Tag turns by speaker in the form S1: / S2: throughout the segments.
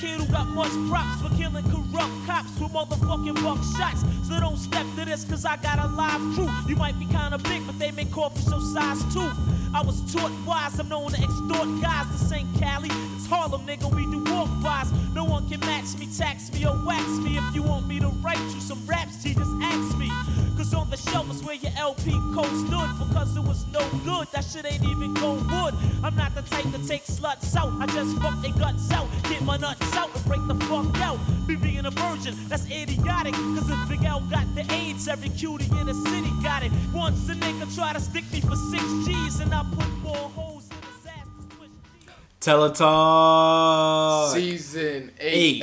S1: kid who got much props for killing corrupt cops with motherfucking buck shots. So don't step to this, cause I got a live crew. You might be kinda big, but they may call for your size too. I was taught wise, I'm known to extort guys. This ain't Cali, it's Harlem, nigga. We do walk wise. No one can match me, tax me, or wax me. If you want me to write you some raps, G, just ask me. Cause on the shelf is where your LP code stood. Because it was no good, that shit ain't even gold wood. I'm not the type to take sluts out. I just fuck their guts out, get my nuts out, and break the fuck out. Me being a virgin, that's idiotic. Cause if Big L got the AIDS, every cutie in the city got it. Once a nigga try to stick me for six G's, and I put more holes in his ass to twist G's.
S2: Teletalk.
S3: Season eight,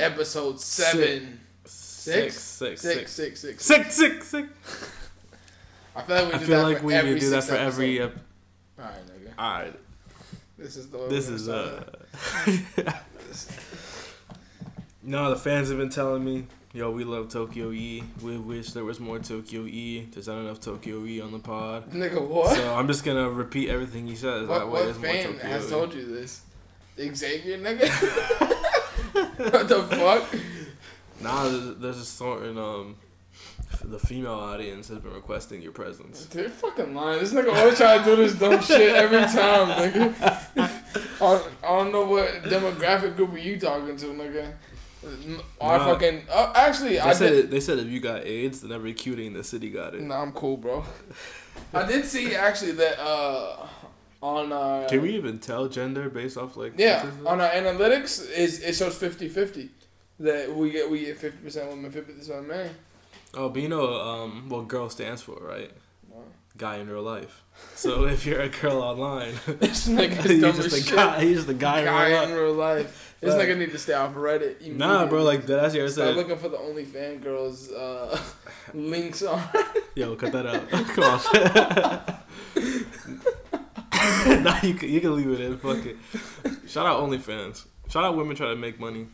S2: Eight.
S3: episode seven. Six?
S2: Six, six,
S3: Six,
S2: six.
S3: six, six.
S2: Six, six, six.
S3: I feel like we
S2: I
S3: do
S2: feel
S3: that
S2: like
S3: for
S2: we
S3: every
S2: could do that
S3: six
S2: for every.
S3: episode.
S2: Ep-
S3: All right, nigga.
S2: All right,
S3: This is the. way
S2: this
S3: we're
S2: is
S3: gonna
S2: uh.
S3: start
S2: no, the fans have been telling me, yo, we love Tokyo E. We wish there was more Tokyo E. There's not enough Tokyo E on the pod.
S3: it. Nigga, what?
S2: So uh, I'm just gonna repeat everything he says.
S3: what
S2: that way,
S3: what
S2: there's more
S3: fan
S2: Tokyo
S3: has
S2: E.
S3: told you this? Xavier, nigga. what the fuck?
S2: Nah, there's, there's a certain um, f- the female audience has been requesting your presence.
S3: Dude, fucking lying. This nigga always trying to do this dumb shit every time, nigga. I, I don't know what demographic group are you talking to, nigga. Our
S2: Nah.
S3: fucking. Oh, actually,
S2: They
S3: I
S2: said
S3: did.
S2: they said if you got AIDS, then every cutie in the city got it.
S3: Nah, I'm cool, bro. I did see actually that uh on our
S2: Can we even tell gender based off like?
S3: yeah
S2: statistics?
S3: on our analytics is it shows 50-50. that we get we get fifty percent women, fifty percent men.
S2: Oh, but you know um, what girl stands for, right?
S3: Wow.
S2: Guy in real life. So if you're a girl online,
S3: This nigga's
S2: he's
S3: dumb
S2: just
S3: as
S2: a
S3: shit.
S2: guy. He's just a guy,
S3: Guy
S2: in real
S3: in
S2: life.
S3: real life. This
S2: Right.
S3: nigga need to stay off Reddit.
S2: Nah, bro.
S3: immediately.
S2: Like that's your
S3: Start
S2: said.
S3: looking for the OnlyFans girls uh, links on.
S2: Yo, cut that out. Come on. nah, you can, you can leave it in. Fuck it. Shout out OnlyFans. Shout out women trying to make money.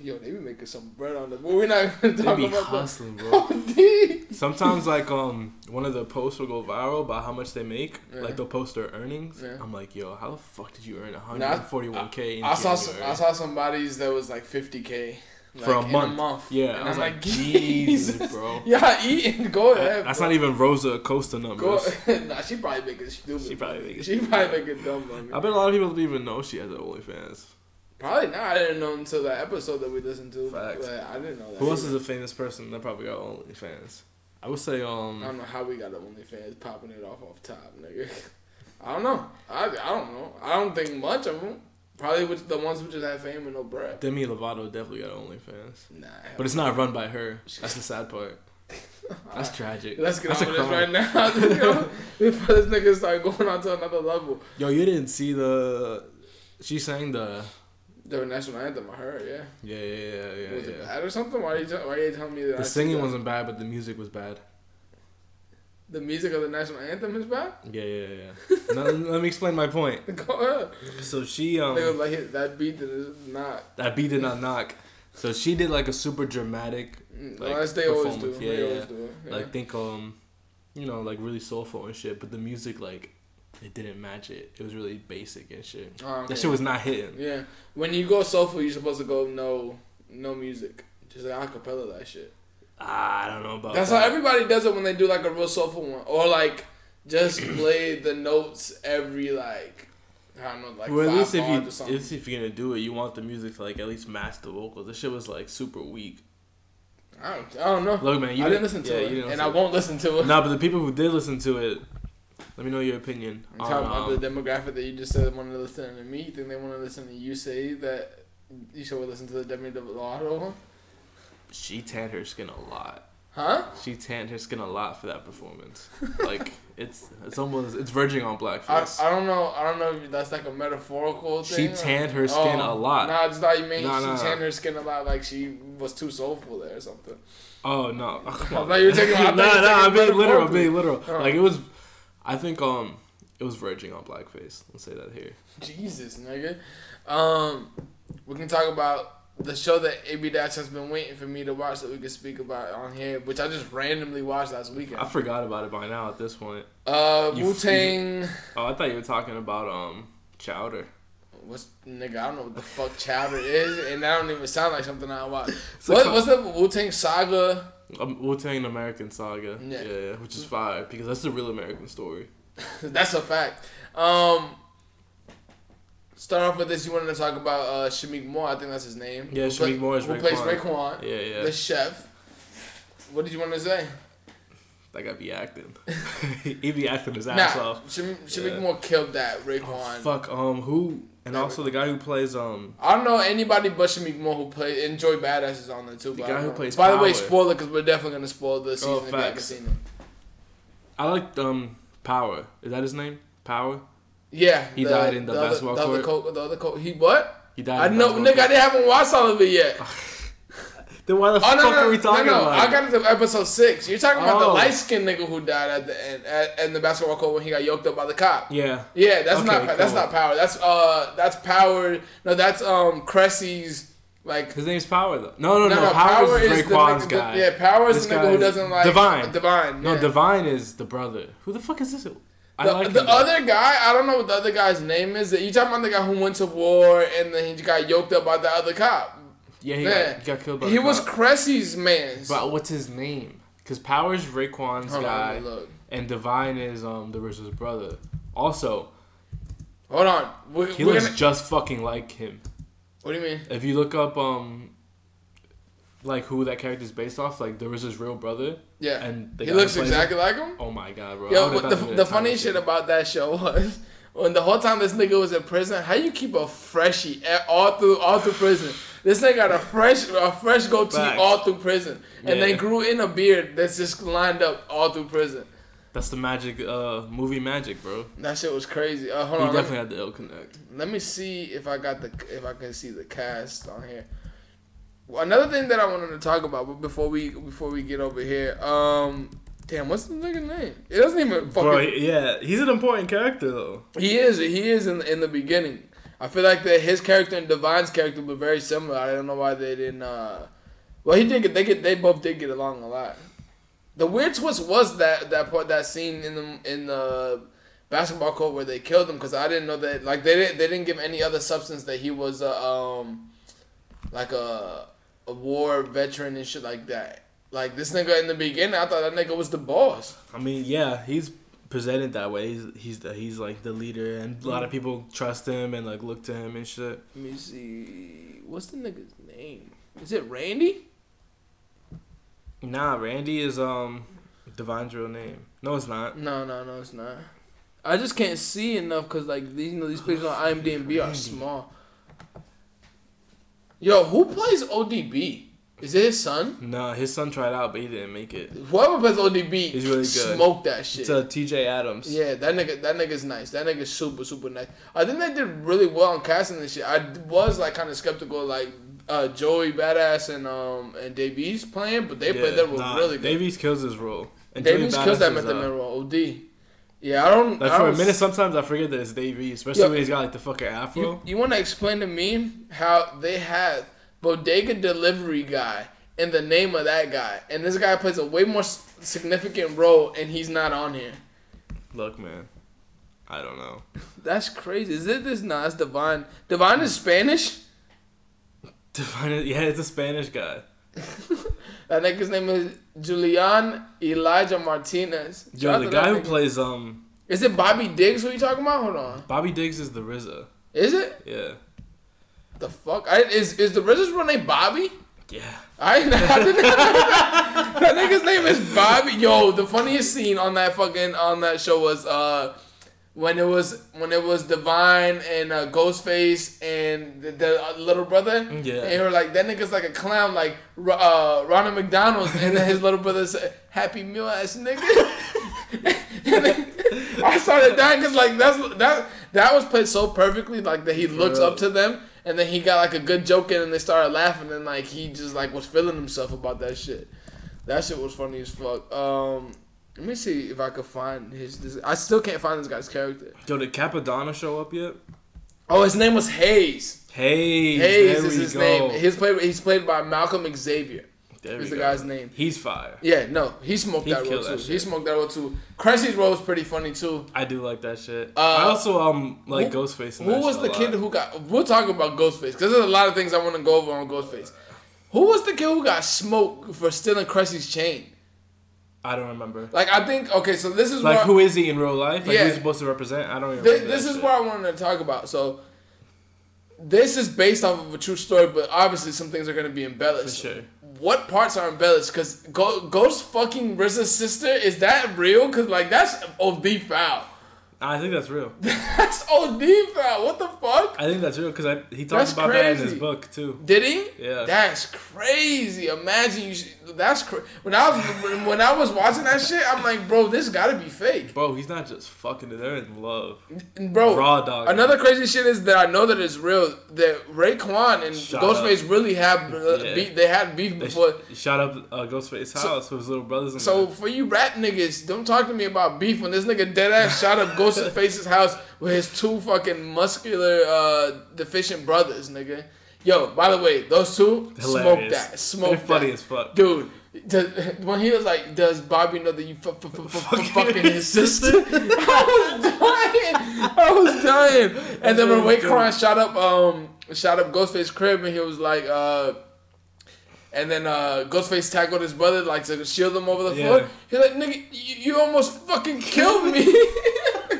S3: Yo, they be making some bread on the. But we're not gonna
S2: They
S3: talk
S2: be
S3: about
S2: hustling, bro.
S3: that.
S2: Sometimes like um one of the posts will go viral about how much they make.
S3: Yeah.
S2: Like they'll post their earnings.
S3: Yeah.
S2: I'm like, yo, how the fuck did you earn 141k? in
S3: I saw some,
S2: January?
S3: I saw somebody's that was like 50k like,
S2: For a
S3: in
S2: month. Yeah,
S3: and
S2: I was
S3: I'm
S2: like,
S3: like,
S2: Jesus, bro.
S3: Yeah, eating. Go ahead.
S2: That's
S3: bro.
S2: not even Rosa Acosta numbers.
S3: Go. nah, she probably making stupid.
S2: She probably making
S3: She probably making dumb money.
S2: I bet a lot of people don't even know she has an OnlyFans.
S3: Probably not. I didn't know until that episode that we listened to.
S2: Facts.
S3: But I didn't know that.
S2: Who else is
S3: either.
S2: a famous person that probably got OnlyFans? I would say
S3: I don't
S2: um
S3: know how we got the OnlyFans popping it off off top, nigga. I don't know. I, I don't know. I don't think much of them. Probably with the ones who just have fame and no bread.
S2: Demi Lovato definitely got OnlyFans,
S3: Nah.
S2: but it's not run by her. That's the sad part. That's tragic.
S3: Let's get
S2: That's
S3: on
S2: a
S3: with this
S2: crime.
S3: right now. you know, Before this nigga start going on to another level.
S2: Yo, you didn't see the? She sang the.
S3: The national anthem, I heard, yeah.
S2: Yeah, yeah, yeah, yeah.
S3: was it
S2: yeah.
S3: bad or something? Why are you, tell- why are you telling me that? I
S2: The
S3: see
S2: singing
S3: that?
S2: wasn't bad, but the music was bad.
S3: The music of the national anthem is bad?
S2: Yeah, yeah, yeah, yeah. now, let me explain my point.
S3: Go ahead.
S2: So she
S3: Nigga was
S2: um
S3: like, "Hey, that beat that is not.
S2: that beat did not knock. So she did like a super dramatic,
S3: Like,
S2: Like,
S3: mm, unless they always do.
S2: performance,
S3: they
S2: yeah,
S3: always
S2: yeah.
S3: do. it, Yeah.
S2: like think um, you know, like really soulful and shit. But the music like, it didn't match it. It was really basic and shit.
S3: Oh, okay.
S2: That shit was not hitting.
S3: Yeah, when you go soulful, you're supposed to go no, no music, just like acapella that shit.
S2: Ah, I don't know about.
S3: That's
S2: that.
S3: how everybody does it when they do like a real soulful one, or like just play the notes every like I don't know like
S2: well, at
S3: five
S2: least if
S3: bars
S2: you
S3: or
S2: at
S3: something.
S2: least if you're gonna do it, you want the music to like at least match the vocals. This shit was like super weak.
S3: I don't, I don't know.
S2: Look, man, you
S3: I didn't listen to
S2: yeah,
S3: it,
S2: you didn't listen
S3: and I
S2: to it.
S3: won't listen to it.
S2: No, but the people who did listen to it, let me know your opinion.
S3: I'm
S2: on,
S3: talking about
S2: um,
S3: the demographic that you just said want to listen to me. You think they want to listen to you say that you should listen to the Demi Lovato one?
S2: she tanned her skin a lot.
S3: Huh?
S2: She tanned her skin a lot for that performance. like it's it's almost it's verging on
S3: I,
S2: blackface.
S3: I don't know. I don't know if that's like a metaphorical
S2: She
S3: thing. or- Oh,
S2: tanned her skin a lot.
S3: Nah, I just thought you mean
S2: Nah,
S3: she
S2: nah,
S3: tanned her skin a lot, like she was too soulful there or something.
S2: oh no! Oh, come on.
S3: I thought you were taking- I thought you
S2: nah,
S3: were
S2: nah, I'm
S3: taking
S2: being literal. I'm
S3: metaphorically.
S2: being literal.
S3: Oh.
S2: Like it was, I think um, it was verging on blackface. Let's say that here.
S3: Jesus, nigga. Um, we can talk about the show that AB Dash has been waiting for me to watch that we could speak about on here, which I just randomly watched last weekend.
S2: I forgot about it by now. At this point,
S3: Uh,
S2: You-
S3: Wu Tang.
S2: oh, I thought you were talking about um, Chowder.
S3: what's nigga? I don't know what the fuck chowder is, and that don't even sound like something I watch.
S2: a
S3: What,
S2: co-
S3: what's the Wu Tang Saga?
S2: Um, Wu Tang American Saga.
S3: Yeah.
S2: Yeah. yeah, which is fire because that's the real American story.
S3: That's a fact. Um, start off with this. You wanted to talk about uh, Shamik Moore. I think that's his name.
S2: Yeah,
S3: Who play-
S2: Shamik Moore is
S3: who
S2: Raekwon.
S3: plays Raekwon,
S2: Yeah, yeah.
S3: the chef. What did you want to say?
S2: That guy be acting. he be acting his
S3: Nah,
S2: ass off.
S3: Shamik, Shamik
S2: Yeah.
S3: Moore killed that Raekwon.
S2: Fuck. Um. Who? And also the guy who plays um.
S3: I don't know anybody but Shamik Moore who played and Joy Badass is on there too. The
S2: guy who plays
S3: By the way,
S2: Power.
S3: spoiler because we're definitely gonna spoil the season
S2: Oh,
S3: if you haven't
S2: facts.
S3: seen it.
S2: I liked um. Power. Is that his name? Power.
S3: Yeah,
S2: He died in the
S3: other-
S2: basketball
S3: the other
S2: court.
S3: co- the other co- he what?
S2: He died.
S3: I
S2: in
S3: know,
S2: Basketball
S3: nigga. I haven't watched all of it yet.
S2: Camp. Then why the
S3: Oh
S2: fuck
S3: no, no,
S2: are we talking
S3: no, no.
S2: about?
S3: I got into episode six. You're talking about the
S2: Oh.
S3: light skinned nigga who died at the end at, in the basketball court when he got yoked up by the cop.
S2: yeah.
S3: Yeah, that's
S2: Okay,
S3: not that's
S2: cool.
S3: not power. That's uh that's power. No, that's um Cressy's like
S2: His name's Power though. No, no, no.
S3: No, no,
S2: Power,
S3: Power
S2: is
S3: is the
S2: Raekwon's
S3: nigga-
S2: guy.
S3: yeah, Power is
S2: This
S3: the nigga
S2: guy
S3: who
S2: is-
S3: doesn't like-
S2: Divine.
S3: Divine,
S2: No,
S3: yeah.
S2: Divine is the brother. Who the fuck is this? I
S3: The,
S2: like
S3: the
S2: him, though.
S3: other guy, I don't know what the other guy's name is. You talking about the guy who went to war and then he got yoked up by the other cop?
S2: Yeah, he,
S3: Yeah,
S2: got, he got killed by.
S3: He
S2: the
S3: was
S2: cop.
S3: Cressy's man.
S2: But what's his name? Because Power's Raekwon's
S3: Hold on,
S2: guy,
S3: let me look.
S2: and Divine is um the Rich's brother. Also,
S3: Hold on, we,
S2: he
S3: we're
S2: looks
S3: gonna,
S2: just fucking like him.
S3: what do you mean?
S2: If you look up um, like who that character's based off, like there was his real brother.
S3: Yeah,
S2: and the
S3: he
S2: guy who
S3: looks
S2: plays
S3: exactly like him.
S2: Him. Oh my god, bro! I
S3: Yo,
S2: would've
S3: but
S2: thought
S3: the,
S2: he was
S3: the
S2: Italian
S3: funny shit about that show was when the whole time this nigga was in prison, how you keep a freshie at, all through all through prison? This nigga got a fresh a fresh goatee
S2: Facts.
S3: all through prison, and they
S2: Yeah.
S3: grew in a beard that's just lined up all through prison.
S2: That's the magic, uh, movie magic, bro.
S3: That shit was crazy. Uh, hold
S2: He
S3: on, let
S2: definitely
S3: me,
S2: had the ill connect.
S3: let me see if I got the if I can see the cast on here. Well, another thing that I wanted to talk about, but before we before we get over here, um, damn, what's the nigga name? It doesn't even fucking.
S2: Bro, he- yeah, he's an important character though.
S3: He is. He is in in the beginning. I feel like that his character and Divine's character were very similar. I don't know why they didn't. Uh, well, he did. Get, they get. They both did get along a lot. The weird twist was that that part that scene in the in the basketball court where they killed him because I didn't know that like they didn't they didn't give any other substance that he was a um like a a war veteran and shit like that. Like this nigga in the beginning, I thought that nigga was the boss.
S2: I mean, yeah, he's presented that way. He's he's the, he's like the leader, and a lot of people trust him and like look to him and shit.
S3: Let me see. What's the nigga's name? Is it Randy?
S2: Nah, Randy is um Divine's real name. No, it's not.
S3: No, no, no, it's not. I just can't see enough because like these, you know, these pictures on IMDb are small. Yo, who plays ODB? Is it his son?
S2: Nah, his son tried out, but he didn't make it.
S3: Whoever plays ODB,
S2: He's really good.
S3: smoke that shit.
S2: It's uh, T.J. Adams.
S3: yeah, that nigga, that nigga's nice. That nigga's super, super nice. I think they did really well on casting this shit. I was like kind of skeptical, like uh, Joey Badass and um and Davies playing, but they
S2: Yeah,
S3: played that role
S2: nah,
S3: really good.
S2: Davies kills his role. And
S3: Davies
S2: Joey
S3: kills
S2: Badass
S3: that
S2: is,
S3: method man
S2: uh,
S3: role. OD. Yeah, I don't.
S2: Like
S3: I
S2: for a
S3: don't
S2: minute, sometimes I forget that it's Davies, especially
S3: Yo.
S2: when he's got like the fucking afro.
S3: You, you want to explain to me how they have bodega delivery guy and the name of that guy, and this guy plays a way more s- significant role, and he's not on here.
S2: Look, man, I don't know.
S3: That's crazy. Is it this? Nah, it's Divine. Divine is Spanish.
S2: Divine, is- yeah, it's a Spanish guy.
S3: That nigga's name is Julian Elijah Martinez. Shout out
S2: Yo,
S3: to
S2: the
S3: that
S2: guy who
S3: nigga.
S2: plays um
S3: is it Bobby Diggs? Who you talking about? Hold on.
S2: Bobby Diggs is the RZA.
S3: Is it
S2: Yeah,
S3: the fuck? I, is is the RZA's real name Bobby?
S2: yeah.
S3: I, I didn't that nigga's name is Bobby. Yo, the funniest scene on that fucking on that show was uh when it was when it was Divine and uh, Ghostface and the, the uh, little
S2: Yeah.
S3: brother. And they were like, that nigga's like a clown, like Ro- uh, Ronald McDonald's, and then his little brother said, "Happy meal ass nigga." And then- I started dying because like that's that that was played so perfectly, like that he looks
S2: real.
S3: up to them, and then he got like a good joke in, and they started laughing, and like he just like was feeling himself about that shit. That shit was funny as fuck. Um, let me see if I could find his. This, I still can't find this guy's character.
S2: Yo, did Capadonna show up yet?
S3: Oh, his name was Hayes.
S2: Hayes.
S3: Hayes
S2: there
S3: is
S2: we
S3: his
S2: go.
S3: name. He's played. He's played by Malcolm Xavier.
S2: There
S3: is
S2: we
S3: the
S2: go.
S3: guy's name.
S2: He's fire.
S3: Yeah, no, he smoked
S2: He
S3: that role
S2: killed
S3: too.
S2: that
S3: He
S2: shit.
S3: smoked that role too. Cressy's role was pretty funny too.
S2: I do like that shit.
S3: Uh,
S2: I also um like
S3: who-
S2: Ghostface. in
S3: Who
S2: that
S3: was
S2: shit
S3: the
S2: a
S3: kid
S2: lot.
S3: who got? We'll talk about Ghostface because there's a lot of things I want to go over on Ghostface. Who was the kid who got smoked for stealing Cressy's chain?
S2: I don't remember.
S3: Like I think okay, so this is
S2: Like
S3: where,
S2: who is he in real life? Like
S3: Uh, Yeah.
S2: who's supposed to represent? I don't even.
S3: Th-
S2: remember
S3: this
S2: that
S3: is
S2: shit.
S3: what I wanted to talk about. So, this is based off of a true story, but obviously some things are going to be embellished.
S2: For sure.
S3: What parts are embellished? Because Go- Ghost fucking RZA's sister is that real? Because like that's OD foul.
S2: I think that's real.
S3: That's OD foul. What the fuck?
S2: I think that's real because he talks
S3: That's
S2: about that in his
S3: crazy.
S2: book too.
S3: Did he?
S2: Yeah.
S3: That's crazy. Imagine you. Sh- that's cra- when I was when I was watching that shit. I'm like, bro, this got to be fake.
S2: Bro, he's not just fucking. They're in love.
S3: Bro,
S2: Raw dog.
S3: Another crazy shit is that I know that it's real. That Raekwon and
S2: Shut
S3: Ghostface really have uh,
S2: Yeah.
S3: beef. They had beef
S2: They sh-
S3: before.
S2: shot up uh, Ghostface's house with his little brothers. In
S3: so
S2: there.
S3: for you rap niggas, don't talk to me about beef when this nigga dead ass shot up Ghostface's house with his two fucking muscular uh, deficient brothers, nigga. Yo, by the way, those two smoke
S2: Hilarious.
S3: that, smoke
S2: They're funny
S3: that.
S2: as fuck.
S3: dude. does- when he was like, "Does Bobby know that you fu- fu- fu- fu- fucking his sister?" I was dying. I was dying. And then when
S2: really
S3: Raekwon shot up, um, shot up Ghostface crib, and he was like, uh. And then uh, Ghostface tackled his brother like to shield him over the
S2: Yeah.
S3: floor. He's like, "Nigga, you, you almost fucking killed me." that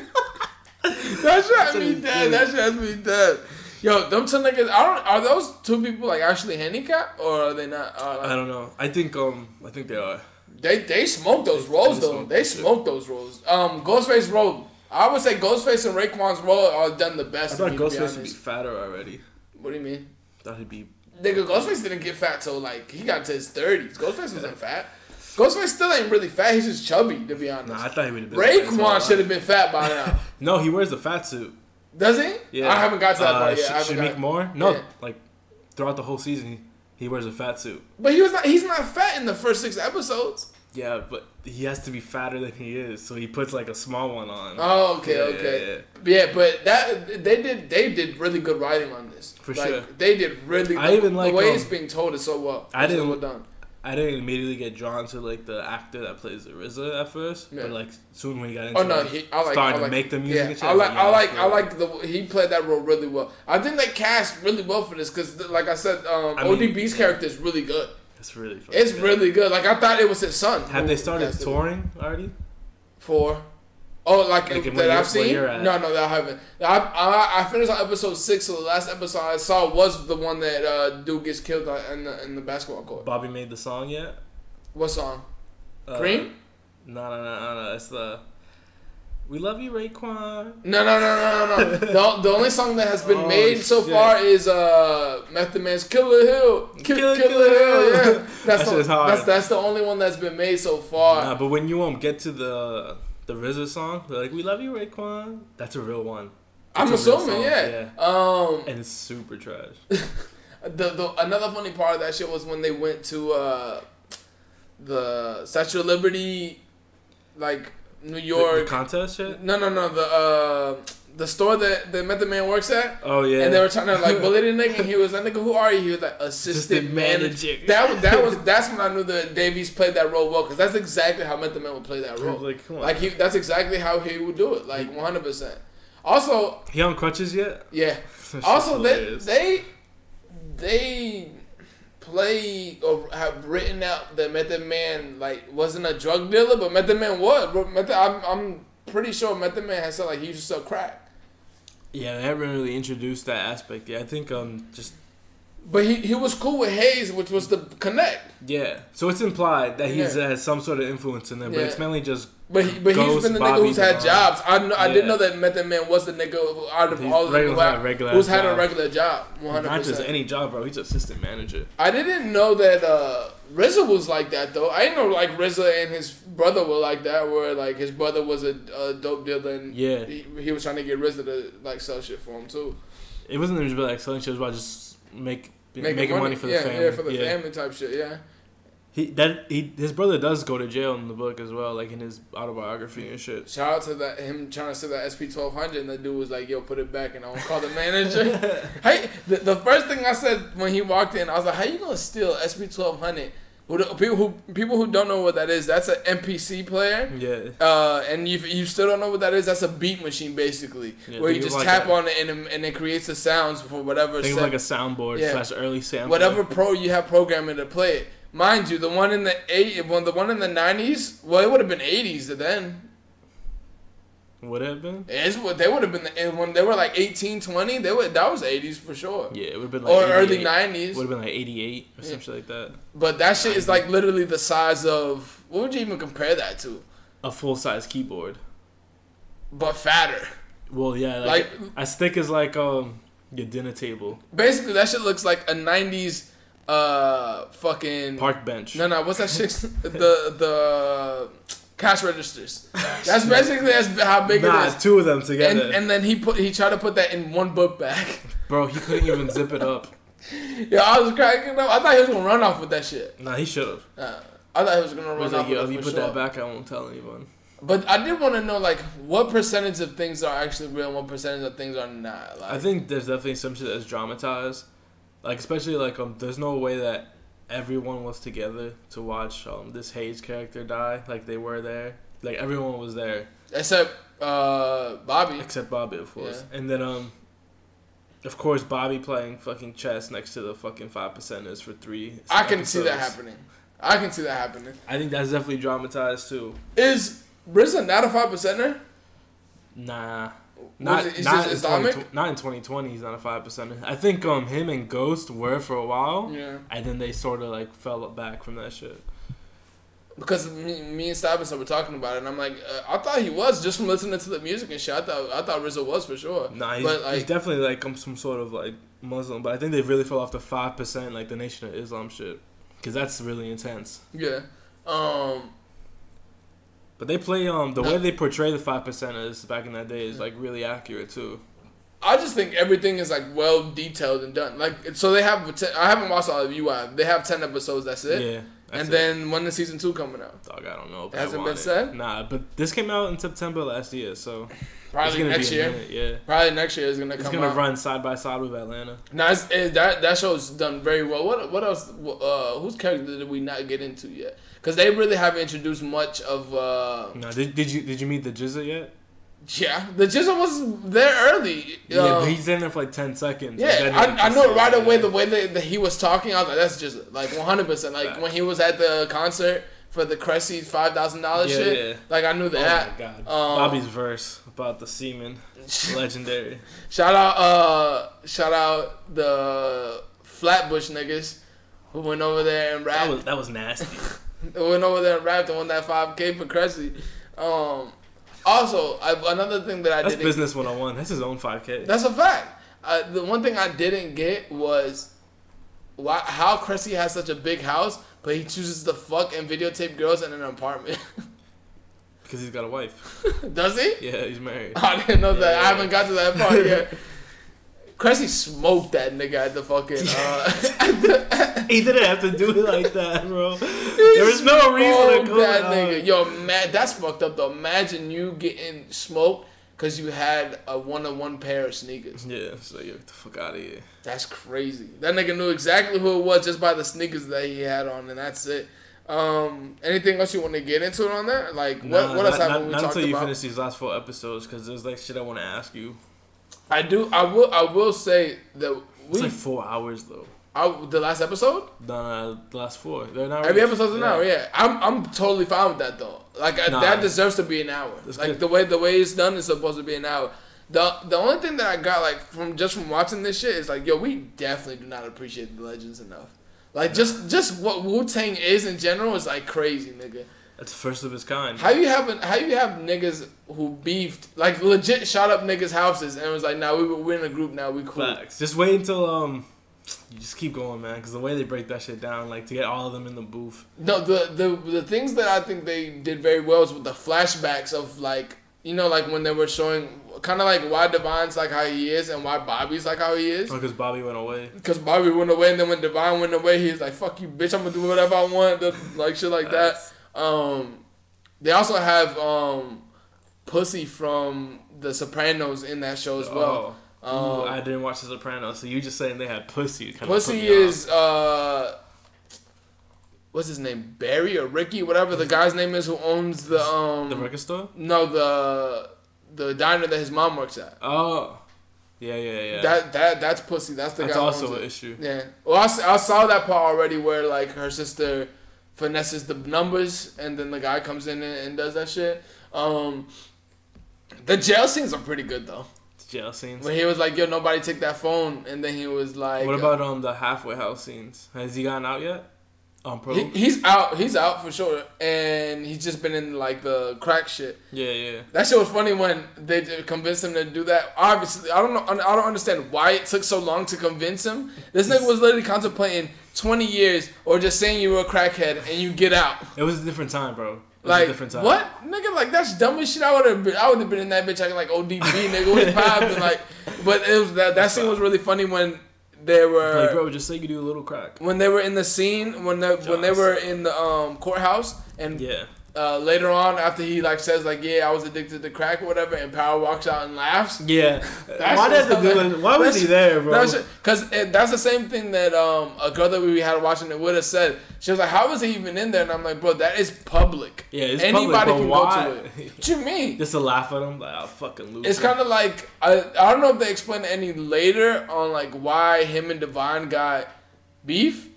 S3: shit had me dead. That shit has me dead. Yo, them two niggas. I don't. Are those two people like actually handicapped or are they not? Uh,
S2: I don't know. I think um I think they are.
S3: they they smoked those rolls
S2: they
S3: though.
S2: smoked
S3: They
S2: that shit.
S3: smoked those rolls. Um, Ghostface roll. I would say Ghostface and Raekwon's roll are done the best.
S2: I thought
S3: if you be
S2: Ghostface would be
S3: honest.
S2: fatter already.
S3: What do you mean?
S2: Thought he'd be.
S3: Nigga, Ghostface didn't get fat till like he got to his thirties. Ghostface wasn't fat. Ghostface still ain't really fat. He's just chubby to be honest.
S2: Nah, I thought he would have been.
S3: Raekwon should have been fat by now.
S2: No, he wears the fat suit.
S3: Does he?
S2: Yeah.
S3: I haven't got to that
S2: Uh,
S3: part
S2: Sh-
S3: yet. I haven't
S2: Shamik
S3: got-
S2: Moore? No,
S3: Yeah.
S2: like throughout the whole season, he, he wears a fat suit.
S3: But he was not. He's not fat in the first six episodes.
S2: Yeah, but he has to be fatter than he is, so he puts like a small one on.
S3: Oh, okay,
S2: Yeah,
S3: okay.
S2: yeah,
S3: Yeah, but that they did they did really good writing on this.
S2: For
S3: Like,
S2: sure.
S3: They did really.
S2: I
S3: the-
S2: even like,
S3: the way
S2: um,
S3: it's being told is so well.
S2: I
S3: It's so
S2: didn't-
S3: well done.
S2: I didn't immediately get drawn to like the actor that plays the RZA at first,
S3: Yeah.
S2: but like soon when he got into
S3: Oh no,
S2: it,
S3: he, I like.
S2: starting
S3: I
S2: to
S3: like,
S2: make the music.
S3: Yeah,
S2: and shit,
S3: I like. I like.
S2: yeah,
S3: I like the. He played that role really well. I think they cast really well for this because, like I said, um,
S2: I mean,
S3: ODB's character is really good.
S2: It's really. fucking
S3: It's
S2: good.
S3: really good. Like I thought it was his son.
S2: Have
S3: who
S2: they started
S3: casted it.
S2: touring already?
S3: Four. Oh, like,
S2: Like, where
S3: that I've
S2: you're- where
S3: seen?
S2: you're at.
S3: No, no, that I haven't. I, I I finished on episode six, so the last episode I saw was the one that uh, dude gets killed on- in the in the basketball court.
S2: Bobby made the song yet?
S3: What song?
S2: Uh,
S3: Cream?
S2: No, no, no, no, no. It's the We Love You, Raekwon.
S3: No, no, no, no, no, no. the, the only song that has been
S2: Oh,
S3: made so
S2: shit.
S3: far is uh, Method Man's "Killer Hill." Ki-
S2: Killer,
S3: Killer, Hill.
S2: Killer Hill.
S3: Yeah, that's
S2: That
S3: the,
S2: shit's hard.
S3: that's that's the only one that's been made so far.
S2: Nah, but when you um get to the the RZA song, they're like We Love You, Raekwon. That's a real one,
S3: I'm
S2: it's a real
S3: assuming,
S2: song,
S3: yeah. Um,
S2: and it's super trash.
S3: The, the another funny part of that shit was when they went to uh, the Statue of Liberty, like New
S2: the, the
S3: York.
S2: contest shit.
S3: no, no, no. The uh, the store that the Method Man works at.
S2: Oh yeah.
S3: And they were trying to like bully the nigga, and he was like, "Nigga, who are you?" He was like, "Assistant
S2: Assistant
S3: manager."
S2: manager.
S3: That was that was that's when I knew that Davies played that role well, because that's exactly how Method Man would play that
S2: I was
S3: role.
S2: like, come on.
S3: Like he, that's exactly how he would do it, like one hundred percent. Also,
S2: he on crutches yet?
S3: yeah,
S2: That
S3: also
S2: shit's
S3: they,
S2: hilarious.
S3: they they play or have written out that Method Man like wasn't a drug dealer, but Method Man was. Method, I'm I'm pretty sure Method Man has said like he used to sell crack,
S2: yeah, they haven't really introduced that aspect yet. I think um just
S3: but he he was cool with Hayes, which was the connect.
S2: yeah. So it's implied that he's uh,
S3: Yeah.
S2: has some sort of influence in there, but
S3: Yeah.
S2: it's mainly just
S3: But he, but he's
S2: Ghost,
S3: been the nigga
S2: Bobby
S3: who's had
S2: Devine.
S3: jobs. I know, I didn't
S2: Yeah.
S3: know that Method Man was the nigga who, out of
S2: He's
S3: all the
S2: regular-
S3: people
S2: had a regular
S3: who's
S2: ass
S3: had a
S2: job.
S3: regular job. One hundred
S2: not just
S3: percent.
S2: any job, bro. He's assistant manager.
S3: I didn't know that uh, RZA was like that though. I didn't know like RZA and his brother were like that, where like his brother was a, a dope dealer and
S2: Yeah.
S3: he, he was trying to get RZA to like sell shit for him too,
S2: It wasn't just about like selling shit. It was about just make making, money, for the
S3: yeah,
S2: family.
S3: yeah, for the family type shit, yeah.
S2: He that he his brother does go to jail in the book as well, like in his autobiography and shit.
S3: Shout out to that him trying to sell that SP twelve hundred, and the dude was like, "Yo, put it back," and I will call the manager. hey, the, the first thing I said when he walked in, I was like, "How you gonna steal SP twelve hundred Who do- people who people who don't know what that is? That's an NPC player.
S2: Yeah.
S3: Uh, and you, you still don't know what that is? That's a beat machine, basically,
S2: Yeah,
S3: where you
S2: think of
S3: just
S2: like
S3: tap
S2: a-
S3: on it and, it and it creates the sounds for whatever
S2: Think
S3: set-
S2: of like a soundboard
S3: Yeah.
S2: slash early sample.
S3: whatever pro you have programming to play it. Mind you, the one in the eight, well, the one in the nineties, well, it would have been eighties then.
S2: Would it have been?
S3: It's what they would have been the, and when they were like 18, 20, They would that was eighties for sure,
S2: Yeah, it would have been like
S3: or early
S2: 88.
S3: nineties.
S2: Would have been like 88 or
S3: Yeah.
S2: some shit like that.
S3: But that shit is like literally the size of what would you even compare that to?
S2: A full size keyboard.
S3: But fatter.
S2: Well, yeah, like,
S3: Like-
S2: as thick as like um your dinner table,
S3: Basically, that shit looks like a nineties uh fucking
S2: park bench.
S3: No, no. What's that shit? the the cash registers. That's basically as how big
S2: nah,
S3: it is.
S2: two of them
S3: And,
S2: together,
S3: and then he put he tried to put that in one book bag.
S2: bro. He couldn't even zip it up.
S3: Yo, I was cracking up. I thought he was gonna run off with that shit.
S2: Nah, he should have.
S3: Uh, I thought he was gonna run
S2: Was
S3: off
S2: like,
S3: with
S2: yo,
S3: it
S2: if you
S3: for
S2: put
S3: sure.
S2: that back, I won't tell anyone.
S3: But I did want to know like what percentage of things are actually real, and what percentage of things are not. Like,
S2: I think there's definitely some shit that's dramatized, like especially like um, there's no way that everyone was together to watch um this Hayes character die. Like they were there, like everyone was there.
S3: except uh, Bobby.
S2: Except Bobby, of course. And then, um, of course, Bobby playing fucking chess next to the fucking five percenters for three.
S3: I can see that
S2: episodes.
S3: happening. I can see that happening.
S2: I think that's definitely dramatized too.
S3: Is RZA not a five percenter?
S2: Nah. Not,
S3: it- it's
S2: not,
S3: just
S2: in
S3: Islamic?
S2: 20 not in 2020, he's not a five percenter. I think um him and Ghost were for a while,
S3: Yeah.
S2: and then they sort of like fell back from that shit.
S3: because me, me and Stabinson were talking about it, and I'm like, uh, I thought he was just from listening to the music and shit. I thought I thought RZA was for sure.
S2: Nah, he's,
S3: but
S2: he's
S3: like,
S2: definitely like um, some sort of like Muslim, but I think they really fell off the five percent like the Nation of Islam shit, because that's really intense.
S3: yeah, um,
S2: But they play um the
S3: No.
S2: way they portray the five percenters back in that day is like really accurate too.
S3: I just think everything is like well detailed and done. Like, so they have. Ten, I haven't watched all of you. have. They have ten episodes. That's it.
S2: yeah. that's
S3: and
S2: it.
S3: then when the season two coming out,
S2: dog, I don't know. If
S3: Hasn't
S2: I
S3: been
S2: want it.
S3: said?
S2: Nah, but this came out in September last year, so
S3: probably
S2: it's gonna
S3: next
S2: be a
S3: year.
S2: minute, yeah.
S3: Probably next year is gonna
S2: It's
S3: come
S2: gonna
S3: out.
S2: run side by side with Atlanta.
S3: Now it's, it, that that show's done very well. What what else? Uh, whose character did we not get into yet? Because they really haven't introduced much of. Uh,
S2: No, did, did you did you meet the Jizza yet?
S3: Yeah, the Jizzle was there early.
S2: Yeah,
S3: um,
S2: but he's in there for like ten seconds.
S3: yeah,
S2: Like, that nigga
S3: I, I
S2: just
S3: know
S2: said,
S3: right away
S2: yeah.
S3: the way that, that he was talking, I was like, that's just like 100%. Like
S2: Facts.
S3: when he was at the concert for the Cressy $5,000
S2: Yeah,
S3: shit,
S2: yeah.
S3: like I knew
S2: Oh
S3: that.
S2: my god,
S3: Um,
S2: Bobby's verse about the semen, legendary.
S3: Shout out, uh, shout out the Flatbush niggas who went over there and
S2: That
S3: rapped.
S2: was that was nasty.
S3: They went over there and rapped and won that 5K for Cressy. Um, also, I, another thing that I
S2: That's
S3: didn't
S2: business one on one. That's his own five k.
S3: That's a fact. Uh, the one thing I didn't get was why how Cressy has such a big house, but he chooses to fuck and videotape girls in an apartment.
S2: Because he's got a wife.
S3: Does he?
S2: Yeah, he's married.
S3: I didn't know that. I
S2: Yeah.
S3: haven't got to that part yet. Cressy smoked that nigga at the fucking. Uh, at the,
S2: He didn't have to do it like that, bro. There is no reason to
S3: smoked
S2: go
S3: that
S2: out.
S3: nigga. Yo, man, that's fucked up though. Imagine you getting smoked because you had a one-on-one pair of sneakers.
S2: Yeah, so you get the fuck out of here.
S3: That's crazy. That nigga knew exactly who it was just by the sneakers that he had on, and that's it. Um, anything else you want to get into on that? Like, what, what else
S2: not,
S3: haven't we
S2: not
S3: talked
S2: until you
S3: about?
S2: finish these last four episodes, because there's like shit I want to ask you.
S3: I do. I will. I will say that
S2: It's
S3: we.
S2: like four hours though.
S3: I, the last episode,
S2: No, no, the last four. They're not
S3: every
S2: really-
S3: episode's an hour. Yeah, I'm. I'm totally fine with that though. Like I,
S2: Nah.
S3: that deserves to be an hour.
S2: That's
S3: like
S2: good.
S3: the way the way it's done is supposed to be an hour. The the only thing that I got like from just from watching this shit is like, yo, we definitely do not appreciate the legends enough. Like just just what Wu Tang is in general is like crazy, nigga.
S2: That's the first of its kind.
S3: How you have how you have niggas who beefed like legit shot up niggas houses and was like, nah, we we're in a group now, we cool.
S2: Facts. Just wait until um, you just keep going, man. Because the way they break that shit down, like to get all of them in the booth.
S3: No, the the the things that I think they did very well is with the flashbacks of like you know like when they were showing kind of like why Divine's like how he is and why Bobby's like how he is.
S2: Because Bobby went away.
S3: Cause Bobby went away, and then when Divine went away, he was like, "Fuck you, bitch! I'm gonna do whatever I want," the- like shit like that. Um, they also have um, pussy from The Sopranos in that show as
S2: Oh.
S3: well.
S2: Ooh,
S3: Um,
S2: I didn't watch The Sopranos, so you just saying they had pussy. Kinda put
S3: Pussy
S2: me off.
S3: is uh what's his name Barry or Ricky, whatever the guy's name is who owns the um
S2: The record store?
S3: no the the diner that his mom works at.
S2: Oh, yeah, yeah, yeah.
S3: That that that's pussy. That's the
S2: That's
S3: guy. who
S2: also
S3: owns
S2: an
S3: it.
S2: issue.
S3: Yeah. Well, I, s- I saw that part already where like her sister finesses the numbers, and then the guy comes in and, and does that shit. Um, the jail scenes are pretty good though.
S2: Jail scenes.
S3: When he was like, "Yo, nobody take that phone," and then he was like,
S2: what about um the halfway house scenes? Has he gotten out yet? On pro?
S3: He, he's out. He's out for sure, and he's just been in like the crack shit.
S2: yeah, yeah.
S3: That shit was funny when they d- convinced him to do that. Obviously, I don't know. I don't understand why it took so long to convince him. This nigga was literally contemplating twenty years or just saying you were a crackhead and you get out.
S2: It was a different time, bro. It was
S3: Like
S2: a different time.
S3: what, nigga? Like that's dumb as shit. I would have. been I would have been in that bitch acting like ODB, nigga. What's poppin'? Like, but it was that. That scene was really funny when they were
S2: Like, bro, just say you do a little crack.
S3: when they were in the scene when they when they
S2: Jaws.
S3: were in the um courthouse and
S2: Yeah.
S3: uh, later on after he like says like yeah I was addicted to crack or whatever and Power walks out and laughs.
S2: Yeah. why
S3: shit's
S2: did the
S3: hilarious.
S2: dude? Why was
S3: That
S2: he
S3: shit-
S2: there, bro?
S3: That's because that's the same thing that um a girl that we had watching it would have said. She was like, "How was he even in there?" And I'm like, "Bro, that is public.
S2: Yeah, it's
S3: anybody
S2: public, but
S3: can go
S2: why-
S3: to it. What you mean?
S2: just to laugh at him, like I'll fucking lose.
S3: It's kind of like I, I don't know if they explain any later on like why him and Divine got beef.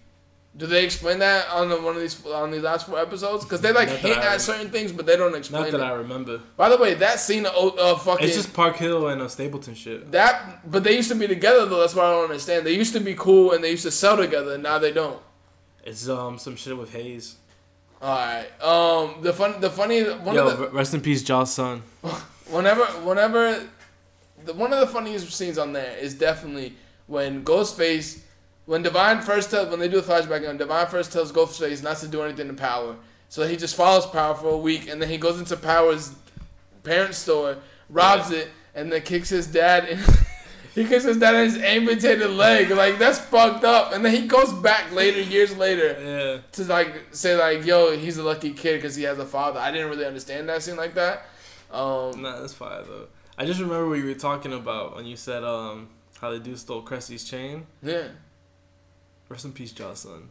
S3: Do they explain that on the, one of these on these last four episodes? Because they like
S2: Not that
S3: hint
S2: I
S3: at
S2: rem-
S3: certain things, but they don't explain.
S2: not that
S3: it.
S2: I remember.
S3: By the way, that scene of uh, fucking
S2: It's just Park Hill and uh, Stapleton shit.
S3: that, but they used to be together though. That's why I don't understand. They used to be cool and they used to sell together, and now they don't.
S2: It's um some shit with Hayes.
S3: All right. Um, the fun, the funny one
S2: Yo,
S3: of the
S2: re- rest in peace, Joss son.
S3: whenever whenever the one of the funniest scenes on there is definitely when Ghostface when Divine first tells when they do a flashback and Divine first tells Ghostface not to do anything to Power. So he just follows Power for a week and then he goes into Power's parents' store, robs it, and then kicks his dad in he kicks his dad in his amputated leg. Like that's fucked up. And then he goes back later, years later
S2: Yeah.
S3: to like say like yo he's a lucky kid because he has a father i didn't really understand that scene like that um
S2: Nah, that's fire though. I just remember what you were talking about when you said um how the dude stole Cressy's chain.
S3: yeah
S2: Rest in peace, Joss son.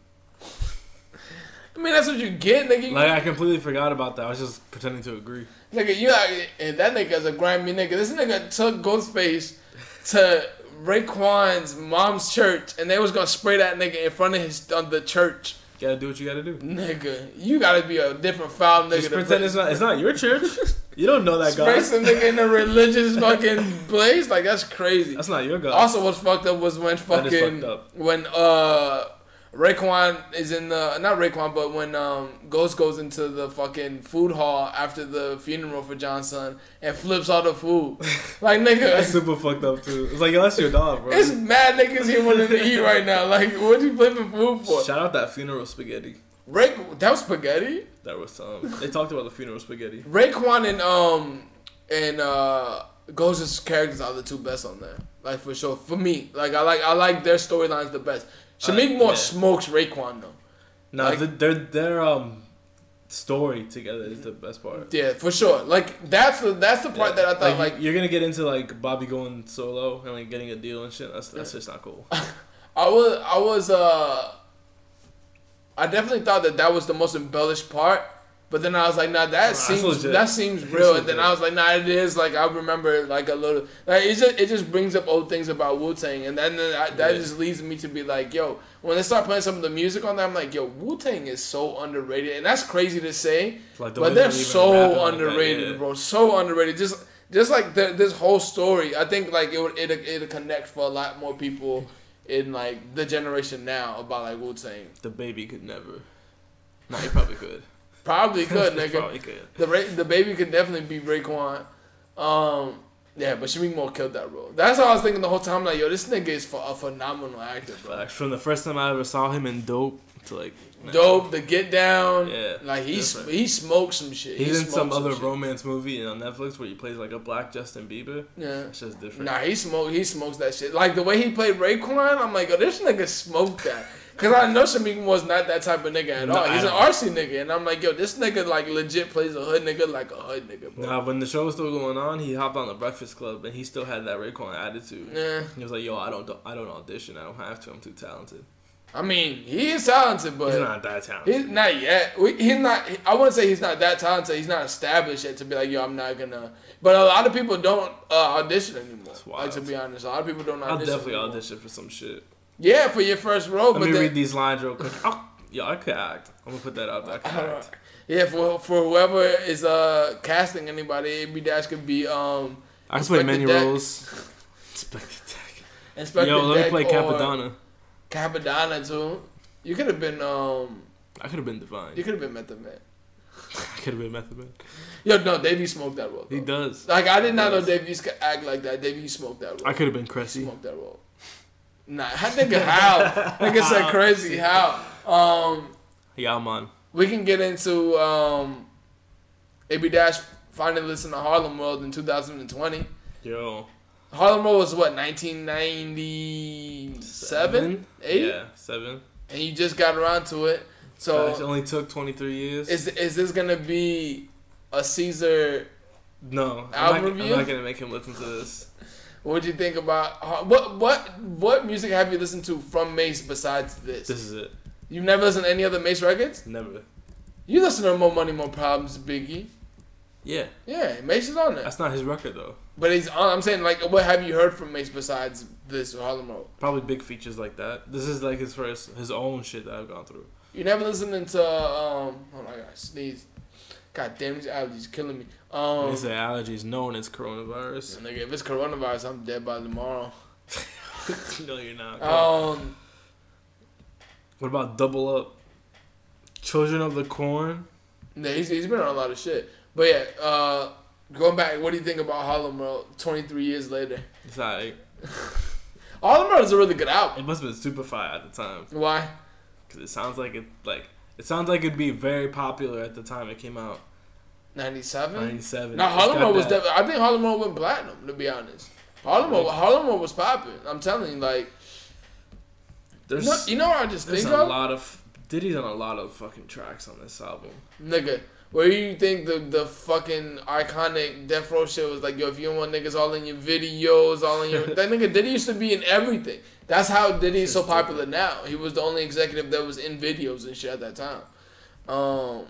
S3: i mean that's what you get nigga you,
S2: Like I completely forgot about that. I was just pretending to agree.
S3: nigga you like and that nigga's a grimy nigga this nigga took ghostface to Raekwon's mom's church and they was gonna spray that nigga in front of his on the church
S2: gotta do what you gotta do.
S3: nigga you gotta be a different foul nigga
S2: Just
S3: to
S2: pretend it's not. It's not your church. You don't know that
S3: spray
S2: God.
S3: some nigga in a religious fucking place like that's crazy
S2: That's not your God.
S3: Also, what's fucked up was
S2: That
S3: when
S2: is
S3: fucking
S2: fucked up.
S3: when uh Raekwon is in the not Raekwon, but when um Ghost goes into the fucking food hall after the funeral for Johnson and flips all the food. Like
S2: that's
S3: nigga,
S2: super fucked up too. It's like yo, that's your dog, bro.
S3: it's mad niggas here wanting to eat right now. Like, what you flipping food for?
S2: Shout out that funeral spaghetti.
S3: Raekwon, that was spaghetti.
S2: That was um. They talked about the funeral spaghetti.
S3: Raekwon and um and uh Ghost's characters are the two best on there. Like for sure. For me. Like I like I like their storylines the best. Shamik
S2: Uh,
S3: Moore
S2: yeah.
S3: smokes Raekwon though.
S2: No,
S3: Like-
S2: the, their their um story together is the best part.
S3: Yeah, for sure. Like that's the that's the part that I thought
S2: like,
S3: like,
S2: you- you're gonna get into like Bobby going solo and like getting a deal and shit. That's that's just not cool.
S3: I was I was uh I definitely thought that that was the most embellished part, but then I was like, nah, that
S2: that's
S3: seems
S2: legit.
S3: that seems
S2: That's
S3: real. And then
S2: legit.
S3: I was like, nah, it is. Like I remember like a little. Like it just it just brings up old things about Wu Tang, and then then I, that
S2: Yeah.
S3: just leads me to be like, yo, when they start playing some of the music on that, I'm like, yo, Wu Tang is so underrated, and that's crazy to say.
S2: Like, the way
S3: but
S2: they
S3: they're
S2: don't even rap it
S3: so
S2: like that,
S3: underrated,
S2: yeah.
S3: bro. So underrated. Just just like the, this whole story, I think like it would it it'll connect for a lot more people in like the generation now about like Wu Tang.
S2: The baby could never. No, he probably could.
S3: Probably good,
S2: He
S3: nigga.
S2: probably could.
S3: The Ra- the baby could definitely be Raekwon. Um, yeah, but Shamik Moore killed that role. That's how I was thinking the whole time. Like, yo, this nigga is ph- a phenomenal actor, bro.
S2: Like, from the first time I ever saw him in Dope to like man,
S3: Dope, the get down.
S2: Yeah,
S3: like he sm-
S2: different.
S3: he smoked some shit.
S2: He's
S3: he
S2: in some
S3: smoked
S2: other
S3: shit.
S2: romance movie on Netflix where he plays like a black Justin Bieber.
S3: Yeah.
S2: That's just different.
S3: Nah, he smoke. He smokes that shit. Like the way he played Raekwon, I'm like, oh, this nigga smoked that. Cause I know Shamik was not that type of nigga at
S2: No,
S3: all.
S2: I
S3: He's an
S2: don't.
S3: RC nigga, and I'm like, yo, this nigga like legit plays a hood nigga like a hood nigga, bro.
S2: Nah, when the show was still going on, he hopped on the Breakfast Club and he still had that Raekwon attitude.
S3: Yeah.
S2: He was like, "Yo, I don't, I don't audition. I don't have to. I'm too talented."
S3: I mean, he is talented, but
S2: He's not that talented.
S3: He's not yet. We, he's not. I wouldn't say he's not that talented. He's not established yet to be like, yo, I'm not gonna. But a lot of people don't uh, audition anymore. Like
S2: wild.
S3: to be honest, a lot of people don't
S2: I'll
S3: audition.
S2: definitely
S3: anymore.
S2: audition for some shit.
S3: Yeah, for your first role,
S2: Let
S3: but
S2: me
S3: then,
S2: read these lines real quick. Oh, yo, I could act. I'm gonna put that out. there. I could
S3: Uh,
S2: act.
S3: yeah, for for whoever is uh casting anybody, AB Dash could be um
S2: I can play
S3: Inspector
S2: many
S3: Deck.
S2: roles. Inspector Deck.
S3: Inspector
S2: Yo, let me
S3: Deck
S2: play
S3: or
S2: Capadonna.
S3: Capadonna too. You could have been um
S2: I could have been Divine.
S3: you could have been Method Man.
S2: I could have been Method Man.
S3: Yo, no, Davey smoked that role.
S2: He
S3: though.
S2: does.
S3: Like I did not know
S2: does.
S3: Davey could act like that. Davey smoked that role.
S2: I could have been Cressy.
S3: Smoke that roll. Nah, I nigga how? nigga said crazy how? Um,
S2: Yeah, man.
S3: we can get into um, AB Dash finalists in the Harlem World in 2020.
S2: Yo.
S3: Harlem World was what 1997, eight,
S2: Yeah, seven.
S3: and you just got around to it.
S2: Facts. It
S3: So
S2: only took 23 years.
S3: is is this gonna be a Caesar?
S2: no, I'm
S3: album
S2: not, I'm
S3: review?
S2: not gonna make him listen to this.
S3: What do you think about Har- what what what music have you listened to from Mace besides this?
S2: This is it.
S3: You've never listened to any other Mace records?
S2: Never.
S3: You listen to More Money, More Problems, Biggie.
S2: Yeah,
S3: Yeah, Mace is on there.
S2: that's not his record though.
S3: But he's on. I'm saying, like, what have you heard from Mace besides this Harlem Road?
S2: Probably big features like that. This is like his first, his own shit that I've gone through.
S3: You never listening to, um, oh my gosh, sneeze. God damn, these allergies killing me. Um,
S2: They say allergies known as coronavirus.
S3: nigga, if it's coronavirus, I'm dead by tomorrow.
S2: no, you're not.
S3: Um,
S2: what about Double Up? Children of the Corn?
S3: yeah, he's, he's been on a lot of shit. But yeah, uh, going back, what do you think about Harlem Road 23 years later?
S2: It's like,
S3: Harlem Road is a really good album.
S2: it must have been super fire at the time.
S3: Why?
S2: Because it sounds like it, like, it sounds like it'd be very popular at the time it came out.
S3: 97?
S2: 97.
S3: Now
S2: It's
S3: Harlem
S2: got
S3: Road was
S2: that-
S3: definitely. I think Harlem Road went platinum. To be honest, Harlem Road,
S2: Really?
S3: Harlem Road was popping. I'm telling you, like
S2: There's,
S3: no- you know, what I just
S2: there's
S3: think
S2: a
S3: of
S2: lot of, Diddy's on a lot of fucking tracks on this album.
S3: nigga. Where you think the the fucking iconic Death Row shit was like, yo, if you don't want niggas all in your videos, all in your that nigga Diddy used to be in everything. That's how Diddy is so
S2: Just different.
S3: popular now. He was the only executive that was in videos and shit at that time. Um,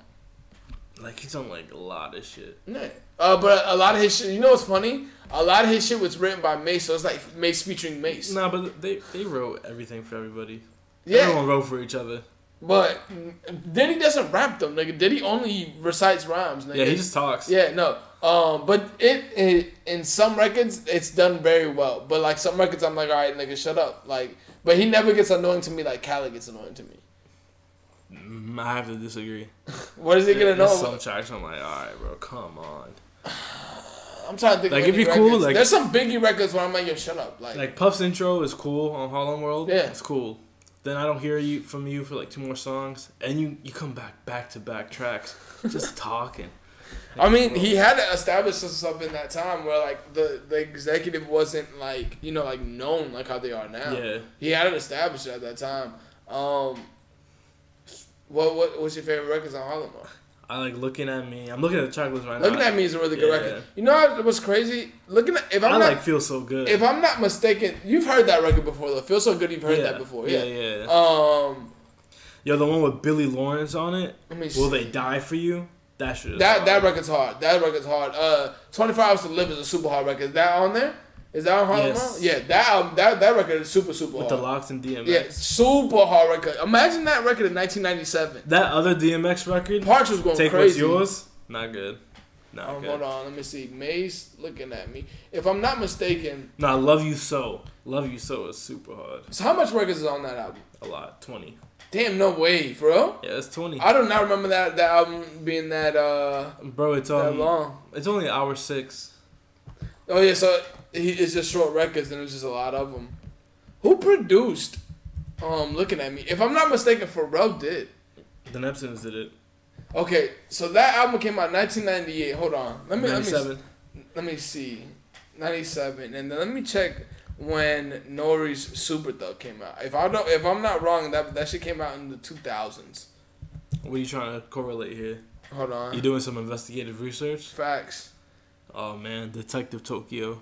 S2: Like, he's on, like, a lot of shit.
S3: Yeah. Uh, but a lot of his shit, you know what's funny? A lot of his shit was written by Mace, so it's like Mace featuring Mace.
S2: No, but they, they wrote everything for everybody.
S3: yeah.
S2: Everyone wrote for each other.
S3: But Diddy doesn't rap them, nigga. Diddy only recites rhymes, nigga.
S2: Yeah, he just talks.
S3: Yeah, no. Um, but it, it in some records it's done very well. But like some records, I'm like, all right, nigga, shut up. Like, but he never gets annoying to me like Khaled gets annoying to me.
S2: Mm, I have to disagree.
S3: What does he get
S2: There's some
S3: annoying?
S2: tracks I'm like, all right, bro, come on.
S3: I'm trying to think.
S2: Like,
S3: of
S2: if
S3: any
S2: you're cool,
S3: records.
S2: like-
S3: there's some Biggie records where I'm like, yo, shut up. Like,
S2: Like Puff's intro is cool on Harlem World.
S3: Yeah.
S2: it's cool. Then I don't hear you from you for like two more songs, and you you come back back to back tracks, just talking.
S3: I mean, he had to establish himself in that time where like the the executive wasn't like you know like known like how they are now.
S2: Yeah.
S3: He had it established at that time. Um, what what what's your favorite records on Harlem? Road?
S2: I like looking at me. I'm looking at the track list right
S3: Looking
S2: now.
S3: at me is a really good
S2: Yeah.
S3: record. You know what was crazy? Looking at if I'm
S2: I
S3: not
S2: like feel so good.
S3: if I'm not mistaken, you've heard that record before. though. Feel so good you've heard
S2: yeah.
S3: that before. Yeah.
S2: yeah, yeah.
S3: Um,
S2: Yo, the one with Billy Lawrence on it.
S3: let me
S2: Will
S3: see.
S2: they die for you? That shit. is
S3: That that
S2: hard.
S3: record's hard. That record's hard. Uh, Twenty Four Hours to Live is a super hard record. Is that on there? Is that on Harlem?
S2: Yes.
S3: Road? Yeah, that album, that that record is super super
S2: with the
S3: hard.
S2: locks and DMX.
S3: yeah, super hard record. Imagine that record in 1997.
S2: That other DMX record.
S3: Parks was going
S2: Take
S3: crazy.
S2: what's yours. Not good. Not
S3: Um,
S2: good.
S3: hold on, let me see. Mace looking at me. If I'm not mistaken,
S2: No, I love you so. Love you so is super hard.
S3: so how much records is on that album?
S2: A lot. Twenty.
S3: Damn, no way, bro.
S2: Yeah, it's twenty.
S3: I do not remember that that album being that uh
S2: Bro, it's
S3: that
S2: um,
S3: long.
S2: it's only hour six.
S3: Oh yeah, so he, it's just short records and it's just a lot of them. Who produced? Um, looking at me. If I'm not mistaken, Pharrell did.
S2: The Neptunes did it.
S3: Okay, so that album came out 1998. Hold on, let me let me
S2: Ninety-seven.
S3: let me see, 97, and then let me check when Nori's Super Thug came out. If I don't, if I'm not wrong, that that shit came out in the 2000s.
S2: What are you trying to correlate here?
S3: Hold on,
S2: You doing some investigative research?
S3: facts.
S2: Oh man, Detective Tokyo.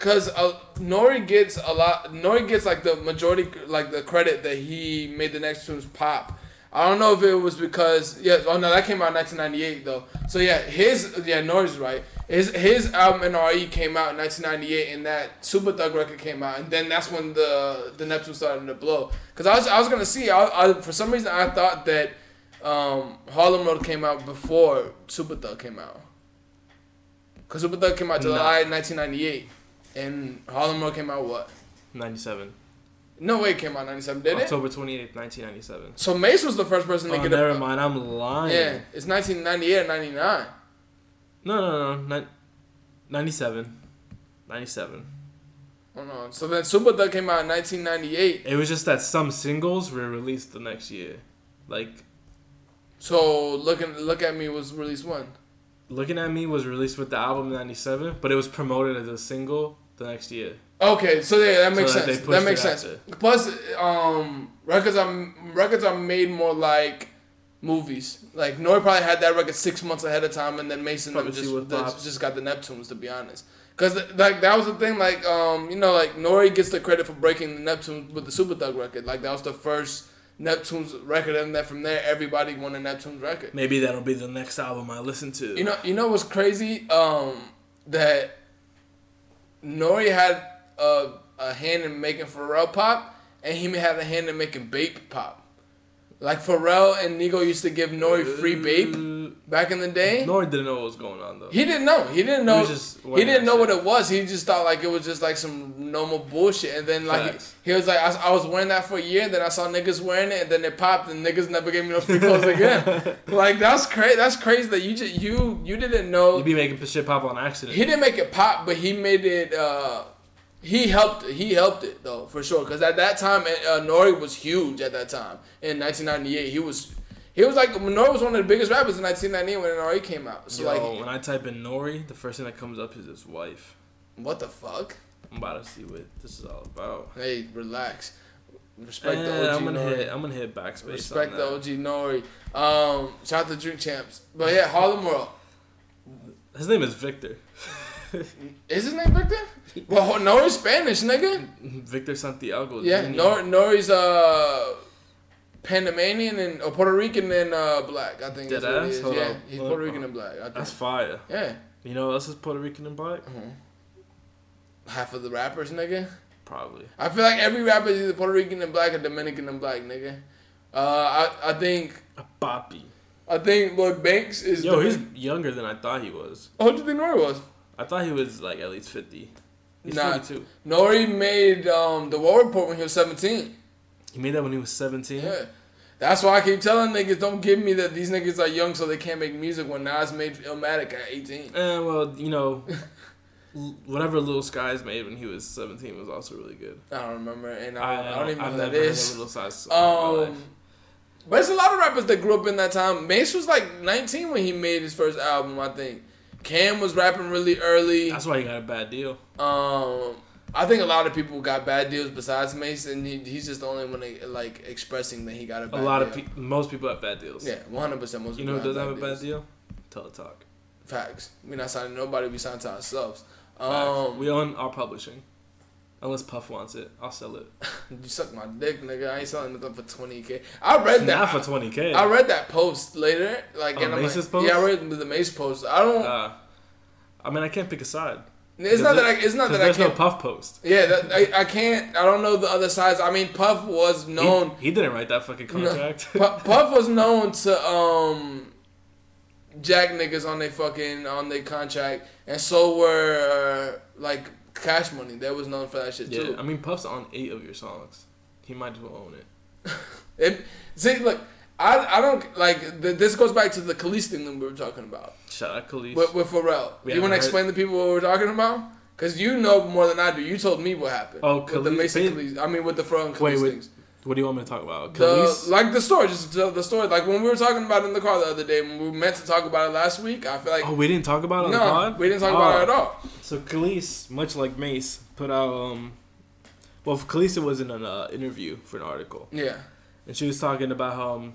S3: Cause uh, Nori gets a lot. Nori gets like the majority, like the credit that he made the next tunes pop. I don't know if it was because yeah. Oh no, that came out in 1998 though. So yeah, his yeah Nori's right. His his album NRE came out in 1998, and that Super Thug record came out, and then that's when the the Neptune started to blow. Cause I was I was gonna see. I, I for some reason I thought that um, Harlem Road came out before Super Thug came out. Cause Super Thug came out
S2: No.
S3: July 1998. And Harlem Road came out what?
S2: 97.
S3: No way it came out ninety seven, did it?
S2: October 28th, 1997.
S3: So Mace was the first person to
S2: Oh,
S3: get
S2: never
S3: a,
S2: mind. I'm lying.
S3: Yeah, it's nineteen ninety eight or ninety nine.
S2: No, no, no. Nin- 97. 97.
S3: Oh no. So then Super Thug came out in nineteen ninety eight.
S2: It was just that some singles were released the next year. Like,
S3: So looking look at me was released when?
S2: Looking at Me was released with the album in 97, but it was promoted as a single the next year.
S3: Okay, so yeah, that
S2: So
S3: makes
S2: that they
S3: sense. That
S2: pushed
S3: makes
S2: it
S3: sense.
S2: after.
S3: Plus, um, records are records are made more like movies. Like Nori probably had that record six months ahead of time, and then Mason
S2: Probably
S3: just
S2: she was
S3: the-
S2: Bob's.
S3: just got the Neptunes. To be honest, because like that was the thing. Like um, you know, like Nori gets the credit for breaking the Neptunes with the Super Thug record. Like that was the first Neptunes record, and then from there everybody won a Neptunes record.
S2: Maybe that'll be the next album I listen to.
S3: You know, you know what's crazy? Um, that Nori had a, a hand in making Pharrell pop, and he had a hand in making Bape pop. Like Pharrell and Nigo used to give Nori free Bape back in the day.
S2: Nori Uh, didn't know what was going on though.
S3: He didn't know. He didn't know.
S2: was
S3: He,
S2: just wearing
S3: didn't
S2: that
S3: know what
S2: shit.
S3: it was. He just thought like it was just like some normal bullshit. And then like
S2: Facts.
S3: he, he was like, I, I was wearing that for a year. Then I saw niggas wearing it, and then it popped, and niggas never gave me no free clothes again. like that's crazy. That's crazy that you just you you didn't know.
S2: He'd be making shit pop on accident.
S3: He didn't make it pop, but he made it. Uh, he helped. He helped it though for sure. Cause at that time, uh, Nori was huge. At that time in 1998, he was. He was like Nori was one of the biggest rappers in 1998 when Nori came out. So
S2: Yo,
S3: like,
S2: when I type in Nori, the first thing that comes up is his wife.
S3: what the fuck?
S2: I'm about to see what this is all about.
S3: Hey, relax. Respect
S2: And
S3: the OG
S2: Eh, I'm gonna
S3: Nori.
S2: hit. I'm gonna hit backspace.
S3: Respect
S2: on
S3: the
S2: that.
S3: OG Nori. Um, shout out to Drink Champs. But yeah, Harlem World.
S2: His name is Victor.
S3: Is his name Victor? Well, Nori's Spanish, nigga.
S2: Victor Santiago.
S3: Yeah,
S2: Jr..
S3: Nor- Nori's uh Panamanian and or Puerto Rican and uh black. I think is what he
S2: Deadass?
S3: is.
S2: Hold
S3: Yeah,
S2: on.
S3: he's
S2: Hold
S3: Puerto
S2: on.
S3: Rican and black. I
S2: That's
S3: think.
S2: fire.
S3: Yeah,
S2: You know, what else is Puerto Rican and black.
S3: Uh-huh. half of the rappers, nigga.
S2: Probably.
S3: I feel like every rapper is either Puerto Rican and black or Dominican and black, nigga. Uh, I I think
S2: A boppy.
S3: I think Lloyd Banks is.
S2: Yo, he's
S3: Dominican.
S2: younger than I thought he was.
S3: Oh, what do you think Nori was?
S2: I thought he was like at least fifty. He's
S3: Nah.
S2: forty-two.
S3: Nori made um, the war report when he was 17.
S2: He made that when he was seventeen.
S3: Yeah. That's why I keep telling niggas, don't give me that these niggas are young so they can't make music when Nas made Illmatic at 18.
S2: Eh, well, you know, l- whatever Little Skies made when he was 17 was also really good.
S3: I don't remember, and I,
S2: I,
S3: I, don't even know
S2: I've
S3: who
S2: never
S3: that
S2: heard
S3: is.
S2: a Little Skies song in my
S3: Um,
S2: life.
S3: but it's a lot of rappers that grew up in that time. Mace was like 19 when he made his first album, I think. Cam was rapping really early.
S2: That's why he got a bad deal.
S3: Um, I think a lot of people got bad deals besides Mace, and he, he's just the only one that, like expressing that he got a
S2: A
S3: bad
S2: lot of
S3: deal.
S2: people, most people have bad deals.
S3: Yeah, 100% most people
S2: You know who doesn't have a bad
S3: deals.
S2: deal? Teletalk.
S3: Facts. We not signing nobody. We signed to ourselves.
S2: Facts.
S3: Um,
S2: we own our publishing. Unless Puff wants it, I'll sell it.
S3: you suck my dick, nigga. I ain't selling nothing for twenty k. I read that.
S2: Not for 20k.
S3: I read that post later. Like,
S2: Oh,
S3: and I'm
S2: Mace's
S3: like,
S2: post?
S3: yeah, I read the Mace post. I don't.
S2: Uh, I mean, I can't pick a side.
S3: it's not
S2: Because
S3: that. I, it's not
S2: because
S3: that I
S2: There's
S3: can't.
S2: no Puff post.
S3: yeah, that, I, I can't. I don't know the other sides. I mean, Puff was
S2: He-
S3: known.
S2: He, didn't write that fucking
S3: No.
S2: contract.
S3: Pu- Puff was known to um, jack niggas on their fucking on their contract, and so were uh, like Cash Money. They was known for that shit too.
S2: yeah, I mean, Puff's on eight of your songs. He might as well own it.
S3: It, see, look, I, I don't like th- this goes back to the Khalees thing that we were talking about
S2: Shout out Khalees.
S3: with, with Pharrell.
S2: We
S3: you
S2: haven't
S3: want to
S2: heard-
S3: explain to people what we're talking about? Cause you know more than I do. You told me what happened.
S2: Oh,
S3: with the
S2: Khalees-
S3: Mason
S2: ba-
S3: Khalees. I mean, with the Pharrell and Khalees
S2: Wait, wait.
S3: things.
S2: What do you want me to talk about?
S3: The,
S2: Khalees?
S3: like the story, just tell the story. Like when we were talking about it in the car the other day, when we were meant to talk about it last week, I feel like
S2: oh, we didn't talk about it on the
S3: no,
S2: pod? Ah,
S3: we didn't talk about it at all.
S2: So Khalees, much like Mace, put out um well for Khalees it was in an uh, interview for an article.
S3: Yeah,
S2: And she was talking about how um,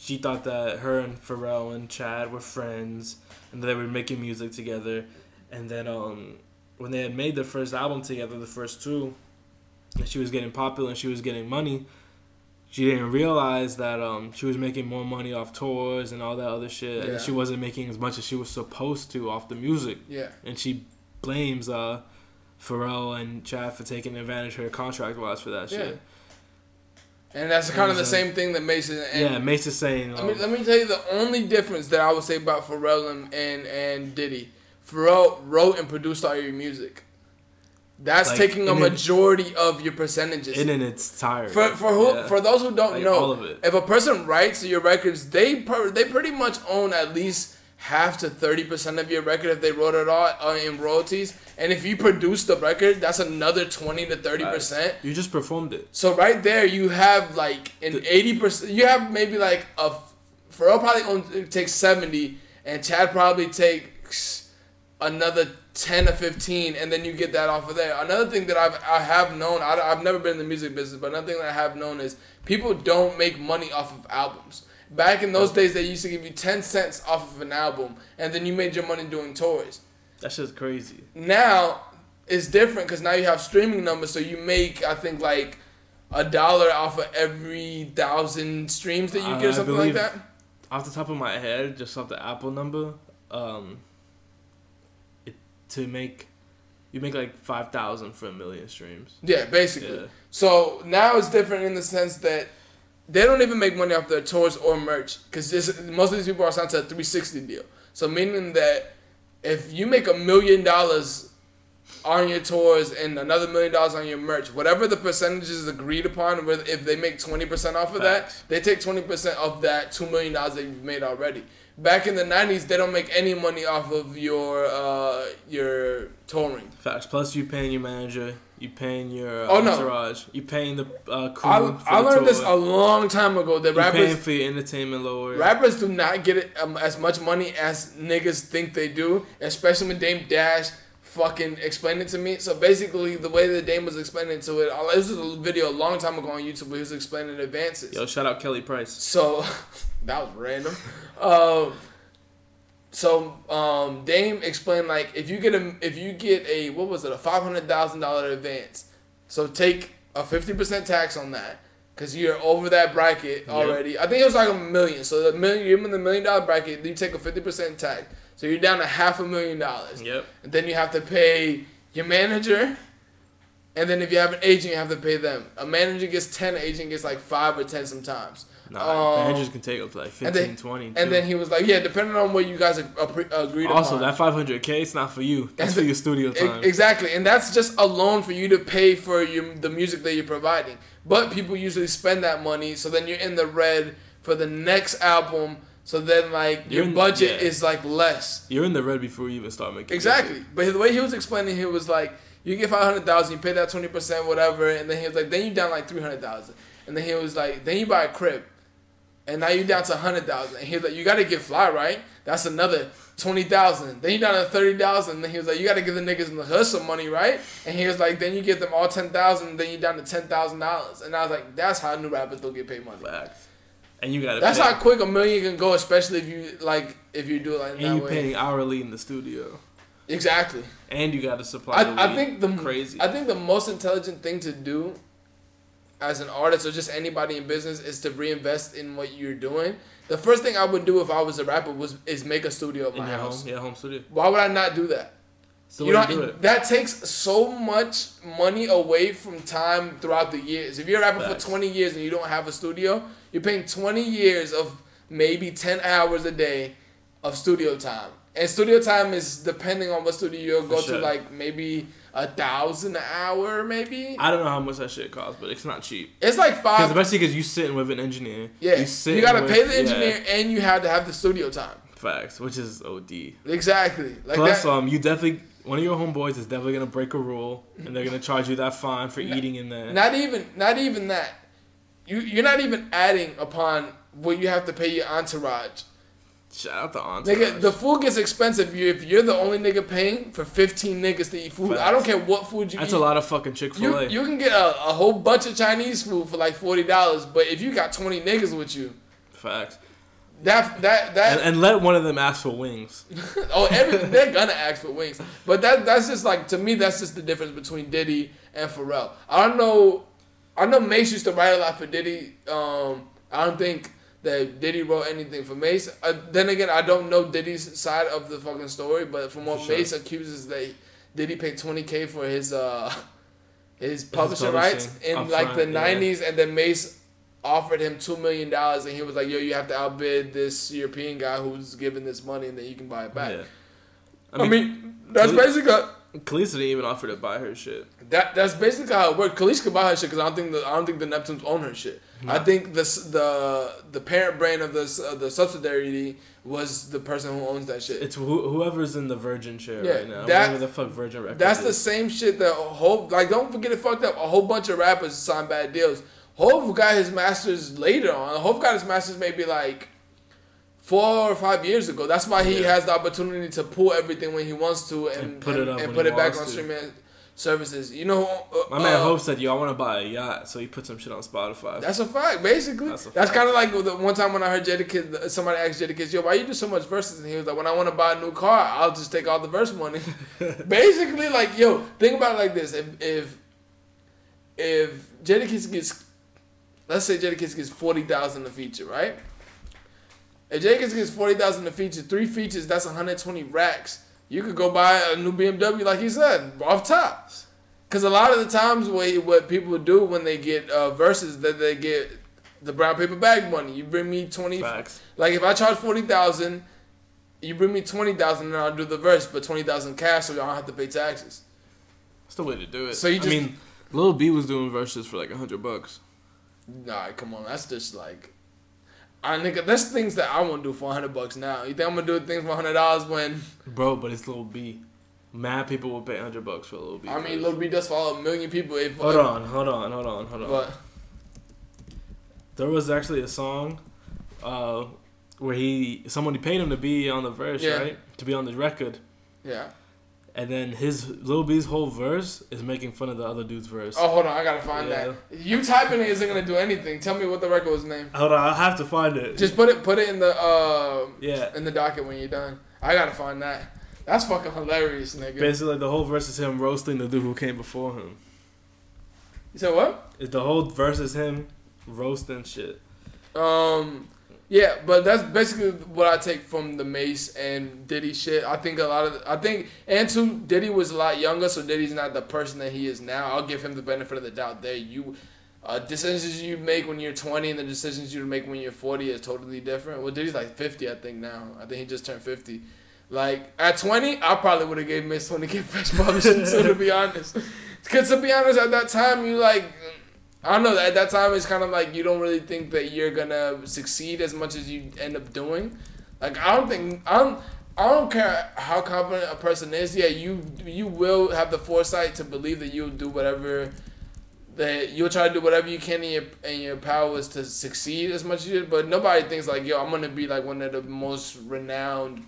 S2: she thought that her and Pharrell and Chad were friends and that they were making music together and then um when they had made their first album together, the first two, and she was getting popular and she was getting money, she didn't realize that um, she was making more money off tours and all that other shit.
S3: Yeah.
S2: And she wasn't making as much as she was supposed to off the music.
S3: Yeah.
S2: And she blames uh, Pharrell and Chad for taking advantage of her contract wise for that shit.
S3: And that's kind of the
S2: Exactly.
S3: same thing that Mason and
S2: yeah, Mace is saying.
S3: Let
S2: Um,
S3: me, let me tell you the only difference that I would say about Pharrell and, and, and Diddy. Pharrell wrote and produced all your music. That's
S2: Like,
S3: taking a
S2: and it-
S3: majority of your percentages.
S2: in its tire.
S3: for for who
S2: Yeah.
S3: for those who don't
S2: Like,
S3: know,
S2: all of it.
S3: if a person writes your records, they per, they pretty much own at least half to thirty percent of your record if they wrote it all uh, in royalties. And if you produce the record, that's another twenty to thirty percent.
S2: You just performed it.
S3: So right there, you have like an eighty percent. You have maybe like a Pharrell probably owns, takes seventy, and Chad probably takes another ten or fifteen, and then you get that off of there. Another thing that I've I have known I, I've never been in the music business, but another thing that I have known is people don't make money off of albums. Back in those days, they used to give you ten cents off of an album, and then you made your money doing tours
S2: That shit's crazy.
S3: now it's different because now you have streaming numbers, so you make I think like a dollar off of every thousand streams that you
S2: I-
S3: get, or
S2: Uh, I
S3: something
S2: believe-
S3: like that.
S2: off the top of my head, just off the Apple number, um, it, to make you make like five thousand for a million streams.
S3: Yeah, basically.
S2: Yeah.
S3: So now it's different in the sense that they don't even make money off their tours or merch because most of these people are signed to a 360 deal. So meaning that if you make a million dollars on your tours and another million dollars on your merch, whatever the percentages agreed upon, whether if they make 20% off of
S2: Facts.
S3: that, they take 20% of that $2 million that you've made already. Back in the 90s, they don't make any money off of your uh, your touring.
S2: Facts. Plus, you paying your manager, you paying your uh,
S3: Oh, no.
S2: entourage, you paying the uh, crew.
S3: I,
S2: for
S3: I
S2: the
S3: learned this
S2: tour,
S3: a long time ago that
S2: you paying
S3: rappers
S2: for your entertainment lower.
S3: rappers do not get it, um, as much money as niggas think they do, especially when Dame Dash fucking explained it to me. So basically, the way that Dame was explaining to it, I- this was a video a long time ago on YouTube where he was explaining advances.
S2: Yo, shout out Kelly Price.
S3: So that was random. Um, so um, Dame explained like if you get a if you get a what was it a five hundred thousand dollar advance, so take a fifty percent tax on that because you're over that bracket already. I think it was like a million. So the million you're in the million dollar bracket, you take a fifty percent tax, so you're down to half a million dollars.
S2: Yep.
S3: And then you have to pay your manager. And then if you have an agent, you have to pay them. A manager gets 10, an agent gets like 5 or 10 sometimes.
S2: Nah,
S3: Um,
S2: managers can take up to like 15,
S3: and then,
S2: 20.
S3: and then
S2: too.
S3: he was like, yeah, depending on what you guys ag- appre- agreed
S2: also, that
S3: upon.
S2: 500k, it's not for you. That's for your studio
S3: E-
S2: time.
S3: Exactly, and that's just a loan for you to pay for your the music that you're providing. But people usually spend that money, so then you're in the red for the next album. So then, like
S2: You're
S3: your
S2: in-
S3: budget
S2: yeah.
S3: is like less.
S2: You're in the red before you even start making.
S3: Exactly. But the way he was explaining it was like, you get five hundred thousand, you pay that twenty percent, whatever, and then he was like, then you down like three hundred thousand, and then he was like, then you buy a crib, and now you down to hundred thousand, and he was like, you got to get fly right, that's another twenty thousand, then you down to thirty thousand, and then he was like, you got to give the niggas in the hood some money, right? And he was like, then you give them all ten thousand, then you down to ten thousand dollars, and I was like, that's how new rappers don't get paid money.
S2: Facts. And you gotta.
S3: That's
S2: pay.
S3: how quick a million can go, especially if you like if you do it like
S2: And
S3: that
S2: you
S3: way.
S2: paying hourly in the studio.
S3: Exactly.
S2: And you got to supply. the
S3: I, I
S2: weed.
S3: think the
S2: crazy.
S3: I think the most intelligent thing to do as an artist or just anybody in business is to reinvest in what you're doing. The first thing I would do if I was a rapper was is make a studio of
S2: in
S3: my
S2: your
S3: house.
S2: home, yeah, home studio.
S3: Why would I not do that?
S2: So
S3: you
S2: you
S3: know,
S2: do it.
S3: that takes so much money away from time throughout the years. If you're a rapper
S2: Facts.
S3: for 20 years and you don't have a studio, you're paying 20 years of maybe 10 hours a day of studio time. And studio time is depending on what studio you'll go
S2: sure.
S3: to, like maybe a thousand an hour, maybe.
S2: I don't know how much that shit costs, but it's not cheap.
S3: it's like
S2: Because
S3: five.
S2: especially because you sitting with an engineer.
S3: Yeah, you,
S2: sitting
S3: gotta
S2: with-
S3: pay the
S2: yeah,
S3: engineer, and you have to have the studio time.
S2: facts, which is OD.
S3: Exactly. Like
S2: Plus,
S3: that.
S2: um, you definitely one of your homeboys is definitely gonna break a rule, and they're gonna charge you that fine for eating in there.
S3: Not even not even that. You you're not even adding upon what you have to pay your entourage.
S2: Shout out to Entourage.
S3: Nigga, the food gets expensive you- if you're the only nigga paying for 15 niggas to eat food. I don't care what food you
S2: That's
S3: eat.
S2: a lot of fucking Chick Fil
S3: You,
S2: A.
S3: you can get a, a whole bunch of Chinese food for like $40, but if you got 20 niggas with you,
S2: Facts.
S3: That that that
S2: and, and let one of them ask for wings.
S3: oh, every, they're gonna ask for wings. But that that's just like to me, that's just the difference between Diddy and Pharrell. I don't know. I know Mace used to write a lot for Diddy. Um, I don't think that Diddy wrote anything for Mace. Uh, then again, I don't know Diddy's side of the fucking story, but from what
S2: For sure.
S3: Mace accuses, that Diddy paid twenty k for his uh his publishing rights
S2: publishing
S3: in
S2: up
S3: like
S2: front,
S3: the
S2: yeah.
S3: nineties, and then Mace offered him two million dollars, and he was like, "Yo, you have to outbid this European guy who's giving this money, and then you can buy it back."
S2: Yeah.
S3: I mean, that's
S2: Khalees-
S3: basically
S2: Khalees didn't even offer to buy her shit.
S3: that. That's basically how it worked. Khalees could buy her shit because I don't think the I don't think the Neptunes own her shit. I think this the the parent brand of this uh, the subsidiary was the person who owns that shit.
S2: It's who, whoever's in the Virgin chair
S3: Yeah,
S2: right now.
S3: that-
S2: Whatever the fuck Virgin Records.
S3: That's the
S2: is.
S3: same shit that a whole like don't forget it fucked up. A whole bunch of rappers signed bad deals. Hove got his masters later on. Hove got his masters maybe like four or five years ago. That's why he
S2: Yeah.
S3: has the opportunity to pull everything when he wants to and,
S2: And put
S3: and,
S2: it up
S3: and
S2: when
S3: put
S2: he
S3: it back
S2: wants
S3: on
S2: to.
S3: streaming services. You know, uh,
S2: My man
S3: uh,
S2: Hope said, "Yo, I want to buy a yacht," so he put some shit on Spotify.
S3: That's a fact, basically.
S2: That's
S3: That's,
S2: a fact.
S3: kind of like the one time when I heard Jadakiss, somebody asked Jadakiss, yo, why you do so much verses? And he was like, when I want to buy a new car, I'll just take all the verse money. basically, like, yo, think about it like this. If, if, if Jadakiss gets, let's say Jadakiss gets 40,000 a feature, right? If Jadakiss gets 40,000 a feature, three features, that's 120 racks. You could go buy a new BMW, like he said, off top. Because a lot of the times, what, what people do when they get uh, verses, that they get the brown paper bag money. You bring me twenty.
S2: Facts.
S3: Like if I charge forty thousand, you bring me twenty thousand, and I'll do the verse, but twenty thousand cash, so I don't have to pay taxes.
S2: That's the way to do it.
S3: So you
S2: I
S3: just-
S2: mean, Lil B was doing verses for like a hundred bucks.
S3: Nah, come on, that's just like, I nigga, that's things that I want to do for hundred bucks now. You think I'm gonna do things for hundred dollars when
S2: Bro, but it's Lil B. Mad people will pay hundred bucks for Lil B.
S3: I mean, Lil B does follow a million people. If
S2: Hold on, hold on, hold on, hold on.
S3: but
S2: There was actually a song, uh, where he somebody paid him to be on the verse,
S3: Yeah.
S2: right? To be on the record,
S3: yeah.
S2: and then his Lil B's whole verse is making fun of the other dude's verse.
S3: Oh, hold on, I gotta find
S2: Yeah.
S3: that. You typing it isn't gonna do anything. Tell me what the record was named.
S2: Hold on, I'll have to find it.
S3: Just put it put it in the uh,
S2: Yeah.
S3: in the docket when you're done. I gotta find that. That's fucking hilarious, nigga.
S2: Basically, the whole verse is him roasting the dude who came before him.
S3: You said what?
S2: It- The whole verse is him roasting shit.
S3: Um, yeah, but that's basically what I take from the Mace and Diddy shit. I think a lot of I think and too Diddy was a lot younger, so Diddy's not the person that he is now. I'll give him the benefit of the doubt there. You. Uh, decisions you make when you're 20 and the decisions you make when you're 40 is totally different. Well, Diddy's like 50, I think now. I think he just turned 50. Like at 20, I probably would have gave Mace 20 get fresh publishing. so to be honest, because to be honest, at that time you like, I don't know. At that time, it's kind of like you don't really think that you're gonna succeed as much as you end up doing. Like I don't think I don't. I don't care how confident a person is. Yeah, you you will have the foresight to believe that you'll do whatever that you'll try to do whatever you can in your in your powers to succeed as much as you. But nobody thinks like yo, I'm gonna be like one of the most renowned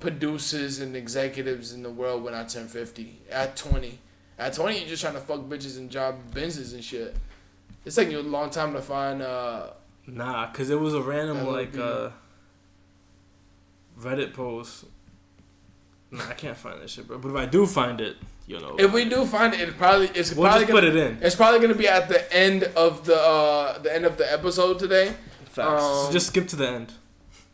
S3: producers and executives in the world when I turn 50. At 20. At 20, you're just trying to fuck bitches and job Benzes and shit. It's taking you a long time to find, uh,
S2: Nah, cause it was a random
S3: That would
S2: like
S3: be-
S2: uh, Reddit post. Nah, I can't find that shit, bro. But if I do find it, you know,
S3: if we do find it, it probably, it's
S2: we'll
S3: probably
S2: just put
S3: gonna,
S2: it in.
S3: it's probably gonna be at the end of the, uh, the end of the episode today.
S2: Facts. so
S3: um,
S2: just skip to the end,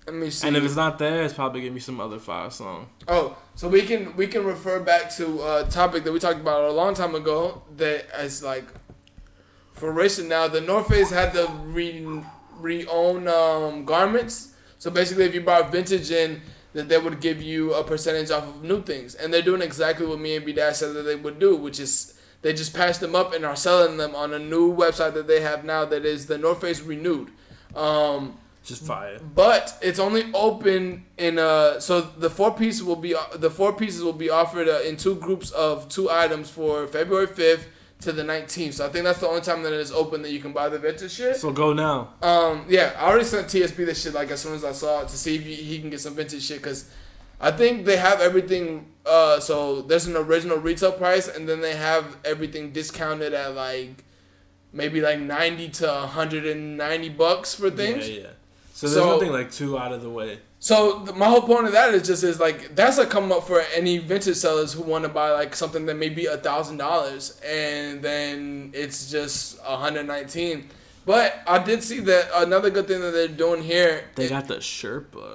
S3: Let me see.
S2: and if it's not there, it's probably gonna be some other fire song.
S3: Oh, so we can we can refer back to a topic that we talked about a long time ago that is like for fruition now. The North Face had the re re own um, garments. So basically, if you bought vintage in, that they would give you a percentage off of new things, and they're doing exactly what me and B Dash said that they would do, which is they just passed them up and are selling them on a new website that they have now that is the North Face Renewed. Um,
S2: Just fire.
S3: but it's only open in uh so the four piece will be uh, the four pieces will be offered uh, in two groups of two items for February 5th to the 19th. So I think that's the only time that it is open that you can buy the vintage shit.
S2: So go now.
S3: Um yeah, I already sent TSB this shit like as soon as I saw it to see if he- he can get some vintage shit cuz I think they have everything uh so there's an original retail price and then they have everything discounted at like maybe like 90 to 190 bucks for things.
S2: Yeah, yeah. So there's
S3: So-
S2: nothing like too out of the way.
S3: So th- my whole point of that is just is like that's a come up for any vintage sellers who want to buy like something that may be a thousand dollars and then it's just a hundred nineteen. But I did see that another good thing that they're doing here.
S2: They got the Sherpa.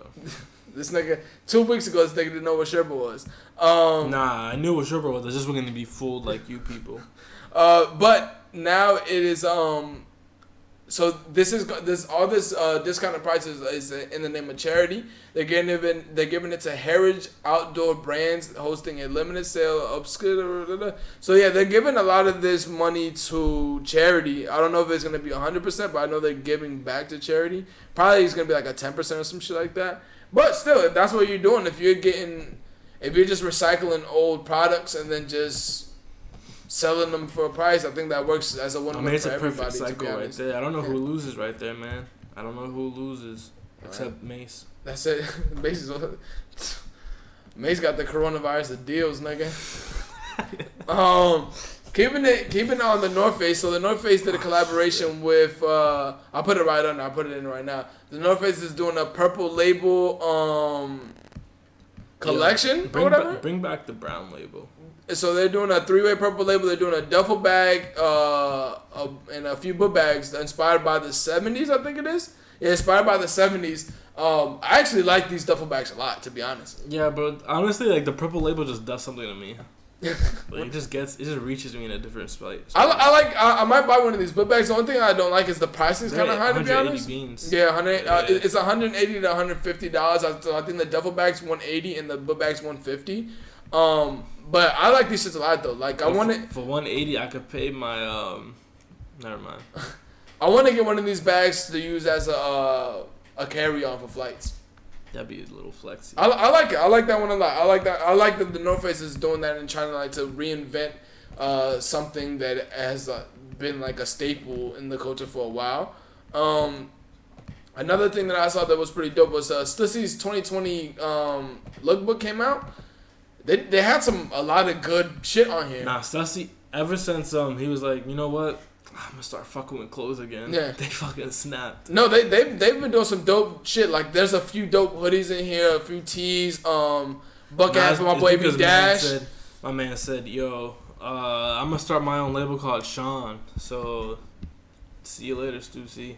S3: this nigga two weeks ago. This nigga didn't know what Sherpa was. Um,
S2: Nah, I knew what Sherpa was. I just wasn't gonna be fooled like you people.
S3: Uh, but now it is um. So this is go- this all this uh, discounted prices is in the name of charity. They're giving it, they're giving it to Heritage Outdoor Brands hosting a limited sale of So yeah, they're giving a lot of this money to charity. I don't know if it's gonna be hundred percent, but I know they're giving back to charity. Probably it's gonna be like a ten percent or some shit like that. But still, if that's what you're doing, if you're getting, if you're just recycling old products and then just selling them for a price, I think that works as a
S2: I
S3: win-win
S2: mean, it's
S3: for
S2: a
S3: everybody.
S2: perfect
S3: To be
S2: cycle right
S3: honest,
S2: there. I don't know who
S3: Yeah.
S2: loses right there, man. I don't know who loses except Mace.
S3: that's it. Mace, is- Mace got the coronavirus of deals, nigga. um, keeping it keeping it on the North Face. So the North Face
S2: Oh,
S3: did a collaboration with. Uh, I'll put it right on. I'll put it in right now. The North Face is doing a purple label um collection or
S2: Bring,
S3: whatever.
S2: ba- bring back the brown label.
S3: So they're doing a three-way purple label. They're doing a duffel bag uh, a, and a few book bags inspired by the '70s. I think it is. Yeah, inspired by the '70s. Um, I actually like these duffel bags a lot, to be honest.
S2: Yeah, but honestly, like the purple label just does something to me. like, it just gets, it just reaches me in a different space.
S3: I, li- I like. I, I might buy one of these book bags. The only thing I don't like is the pricing is
S2: They're
S3: kind of
S2: at
S3: high, to be
S2: 180
S3: honest.
S2: beans.
S3: Yeah, hundred. Uh,
S2: Yeah.
S3: it- it's one hundred eighty to one hundred fifty dollars. I, so I think the duffel bags one eighty and the book bags one fifty. Um, but I like these shits a lot though. Like I
S2: But
S3: want
S2: for,
S3: it.
S2: for 180. I could pay my um. Never mind.
S3: I want to get one of these bags to use as a uh, a carry on for flights.
S2: That'd be a little flexy.
S3: I, I like it. I like that one a lot. I like that. I like that the North Face is doing that and trying to like to reinvent uh, something that has uh, been like a staple in the culture for a while. Um, another thing that I saw that was pretty dope was uh, Stussy's 2020 um, lookbook came out. They, they had some a lot of good shit on here.
S2: Nah, Stussy. Ever since um, he was like, you know what? I'm gonna start fucking with clothes again.
S3: Yeah.
S2: They fucking snapped.
S3: No, they they they've been doing some dope shit. Like there's a few dope hoodies in here, a few tees. Um, buck
S2: Nah,
S3: ass
S2: it's-
S3: for my
S2: it's
S3: boy B
S2: because my man
S3: Dash.
S2: said- My man said, yo, uh, I'm gonna start my own label called Sean. So, see you later, Stussy.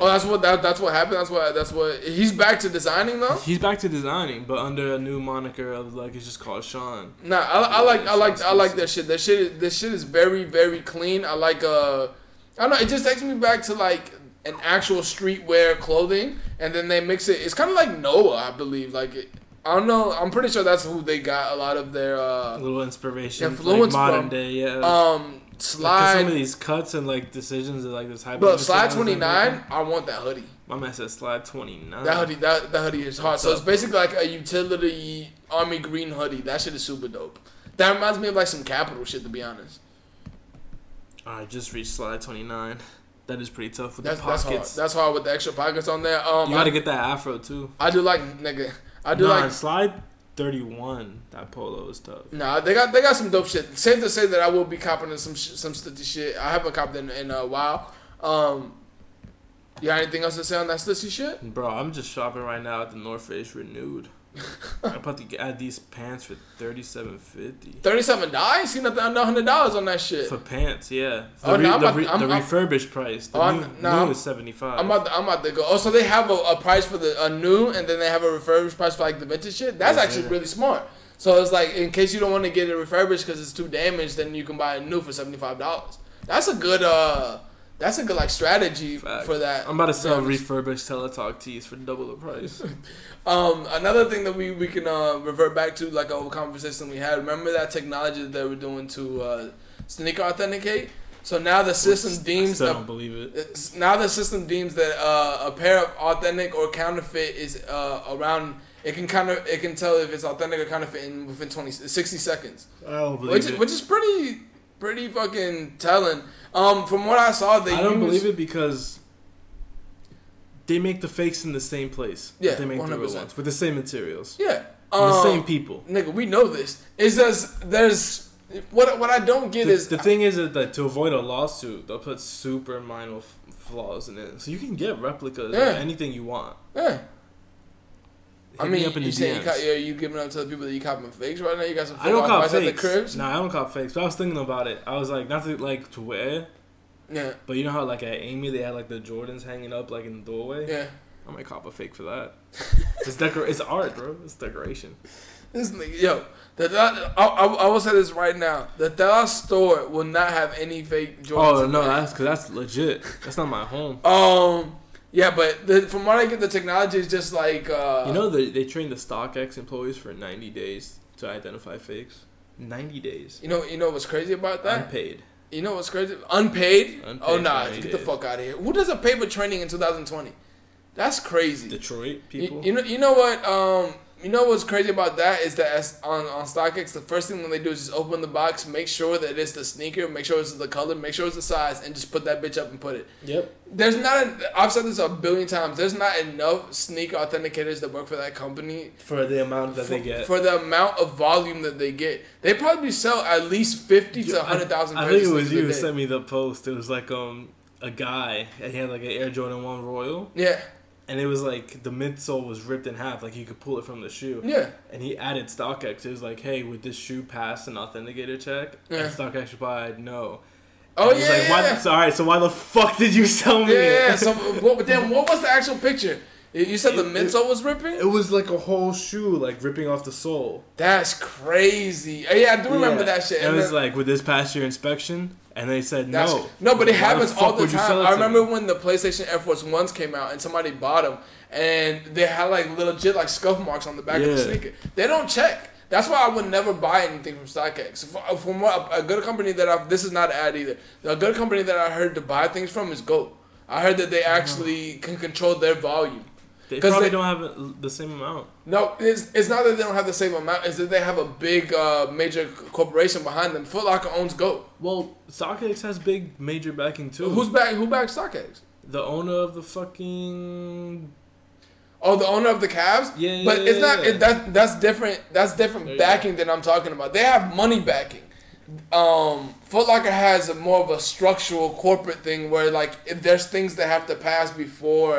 S3: Oh, that's what that, that's what happened. That's what that's what he's back to designing though.
S2: He's back to designing, but under a new moniker of like it's just called Sean.
S3: Nah, I, I like I like I like that shit. That shit is- that shit is very very clean. I like uh, I don't know. It just takes me back to like an actual streetwear clothing, and then they mix it. It's kind of like Noah, I believe. Like it, I don't know. I'm pretty sure that's who they got a lot of their
S2: A
S3: uh,
S2: little inspiration,
S3: Influence
S2: like modern
S3: from,
S2: day, yeah.
S3: um
S2: Like, 'cause some of
S3: slide.
S2: these cuts and like decisions that like this type.
S3: Bro,
S2: of
S3: slide
S2: decisions
S3: twenty
S2: they're
S3: nine.
S2: making.
S3: I want that hoodie.
S2: My man said slide twenty nine.
S3: That hoodie, that, that hoodie is hot. So it's
S2: Uh-huh. So-
S3: basically like a utility army green hoodie. That shit is super dope. That reminds me of like some capital shit to be honest.
S2: I just reached slide twenty nine. That is pretty tough with
S3: That's
S2: the
S3: that's hard.
S2: pockets.
S3: That's hard with the extra pockets on there. Um,
S2: you
S3: I,
S2: gotta get that afro too.
S3: I do like nigga. I do
S2: nah,
S3: like.
S2: slide thirty one. That polo is tough.
S3: Nah, they got they got some dope shit. Safe to say that I will be copping in some sh- some stussy shit. I haven't copped in in a while. Um, you got anything else to say on that stussy shit?
S2: Bro, I'm just shopping right now at the North Face Renewed. I'm about to get add these pants for thirty seven fifty.
S3: Thirty seven dollars. See nothing under hundred dollars on that shit.
S2: For pants, yeah. The,
S3: Oh,
S2: re-
S3: no, I'm
S2: the,
S3: about-
S2: re-
S3: I'm-
S2: the
S3: I'm-
S2: refurbished price. The
S3: Oh,
S2: new,
S3: I'm- no,
S2: new
S3: I'm-
S2: is seventy five.
S3: I'm about, to, I'm about to go. Oh, so they have a, a price for the a new, and then they have a refurbished price for like the vintage shit. That's
S2: Yes,
S3: actually
S2: sir.
S3: really smart. So it's like in case you don't want to get it refurbished because it's too damaged, then you can buy a new for seventy five dollars. That's a good uh, that's a good like strategy
S2: Facts.
S3: for that.
S2: I'm about to sell
S3: Yeah.
S2: refurbished Teletalk tees for double the price.
S3: Um, another thing that we we can uh, revert back to like a conversation we had. Remember that technology that we're doing to uh, sneaker authenticate. So now the system
S2: I
S3: deems
S2: still
S3: the
S2: don't believe it.
S3: It's- now the system deems that uh, a pair of authentic or counterfeit is uh, around. It can kind of it can tell if it's authentic or counterfeit in within 20, 60 seconds,
S2: I don't believe
S3: which
S2: it.
S3: is, which is pretty pretty fucking telling. Um, from what I saw, they
S2: I don't
S3: use,
S2: believe it because they make the fakes in the same place. that
S3: Yeah,
S2: they make the real
S3: 100%.
S2: ones with the same materials,
S3: Yeah,
S2: and the same
S3: um,
S2: people.
S3: nigga, we know this. It's just there's what what I don't get
S2: The,
S3: is
S2: the thing is that like, to avoid a lawsuit, they'll put super minor f- flaws in it. So you can get replicas
S3: Yeah.
S2: of anything you want.
S3: Yeah.
S2: Hit
S3: I
S2: me
S3: mean,
S2: up in
S3: you
S2: the
S3: say you,
S2: DMs.
S3: cop, yeah, you giving up to the people that you copping fakes right now. You got some.
S2: I don't
S3: fake
S2: cop
S3: Popeyes at
S2: fakes.
S3: The cribs.
S2: Nah, I don't cop fakes. But I was thinking about it. I was like, not to like to wear,
S3: Yeah,
S2: but you know how like at Amy they had like the Jordans hanging up like in the doorway.
S3: yeah.
S2: I might cop a fake for that. it's decor. It's art, bro. It's decoration.
S3: This nigga, yo, the Dal- I, I, I will say this right now. The Dallas store will not have any fake Jordans.
S2: Oh
S3: in
S2: no,
S3: there.
S2: that's because that's legit. That's not my home.
S3: Um, yeah, but the, from what I get, the technology is just like uh,
S2: You know they they train the StockX employees for ninety days to identify fakes. Ninety days.
S3: You know, you know what's crazy about that?
S2: Unpaid.
S3: You know what's crazy? Unpaid?
S2: Unpaid
S3: oh nah,
S2: training
S3: get the
S2: days.
S3: fuck out of here. Who doesn't pay for training in 2020? That's crazy.
S2: Detroit
S3: You-
S2: people.
S3: You, know, you know what? Um, you know what's crazy about that is that as on on StockX, the first thing that they do is just open the box, make sure that it's the sneaker, make sure it's the color, make sure it's the size, and just put that bitch up and put it.
S2: yep.
S3: There's not. A, I've said this a billion times. There's not enough sneaker authenticators that work for that company
S2: For the amount that
S3: for,
S2: they get.
S3: for the amount of volume that they get. They probably sell at least fifty to hundred thousand.
S2: I, I think it was you who sent me the post. It was like um a guy and he had like an Air Jordan One Royal,
S3: Yeah,
S2: and it was like the midsole was ripped in half, like you could pull it from the shoe.
S3: yeah,
S2: And he added StockX. It was like, hey, would this shoe pass an authenticator check?
S3: Yeah.
S2: And StockX replied, no.
S3: oh
S2: I was
S3: yeah,
S2: like,
S3: yeah.
S2: why, so, all right, so why the fuck did you sell me
S3: yeah, yeah, yeah.
S2: it?
S3: So what? But then what was the actual picture? You- You said the
S2: It- it-
S3: midsole was ripping.
S2: It was like a whole shoe, like ripping off the sole.
S3: That's crazy. Oh, Yeah, I do remember
S2: Yeah.
S3: that shit.
S2: And it
S3: And
S2: was
S3: then-
S2: like, would this pass your inspection? And they said
S3: That's,
S2: no.
S3: no, but it
S2: Why
S3: happens
S2: fuck
S3: all the
S2: would you sell
S3: time.
S2: it
S3: I
S2: to
S3: remember
S2: me?
S3: when the PlayStation Air Force Ones came out and somebody bought them, and they had like legit like scuff marks on the back of the
S2: Yeah.
S3: sneaker. They don't check. That's why I would never buy anything from StockX. From- From what a good company that I've this is not an ad either. A good company that I heard to buy things from is Go. I heard that they actually can control their volume.
S2: Uh-huh. They
S3: 'Cause
S2: probably
S3: they-
S2: don't have uh, the same amount.
S3: No, it's, it's not that they don't have the same amount. It's that they have a big uh, major corporation behind them. Foot Locker owns Go.
S2: Well, StockX has big major backing too.
S3: Who's back? Who backs StockX?
S2: the owner of the fucking?
S3: Oh, the owner of the Cavs.
S2: Yeah,
S3: but
S2: yeah,
S3: it's not.
S2: yeah.
S3: It, that that's different. That's different
S2: There you
S3: backing than I'm talking about. They have money backing. Um, Foot Locker has a more of a structural corporate thing where like if there's things that have to pass before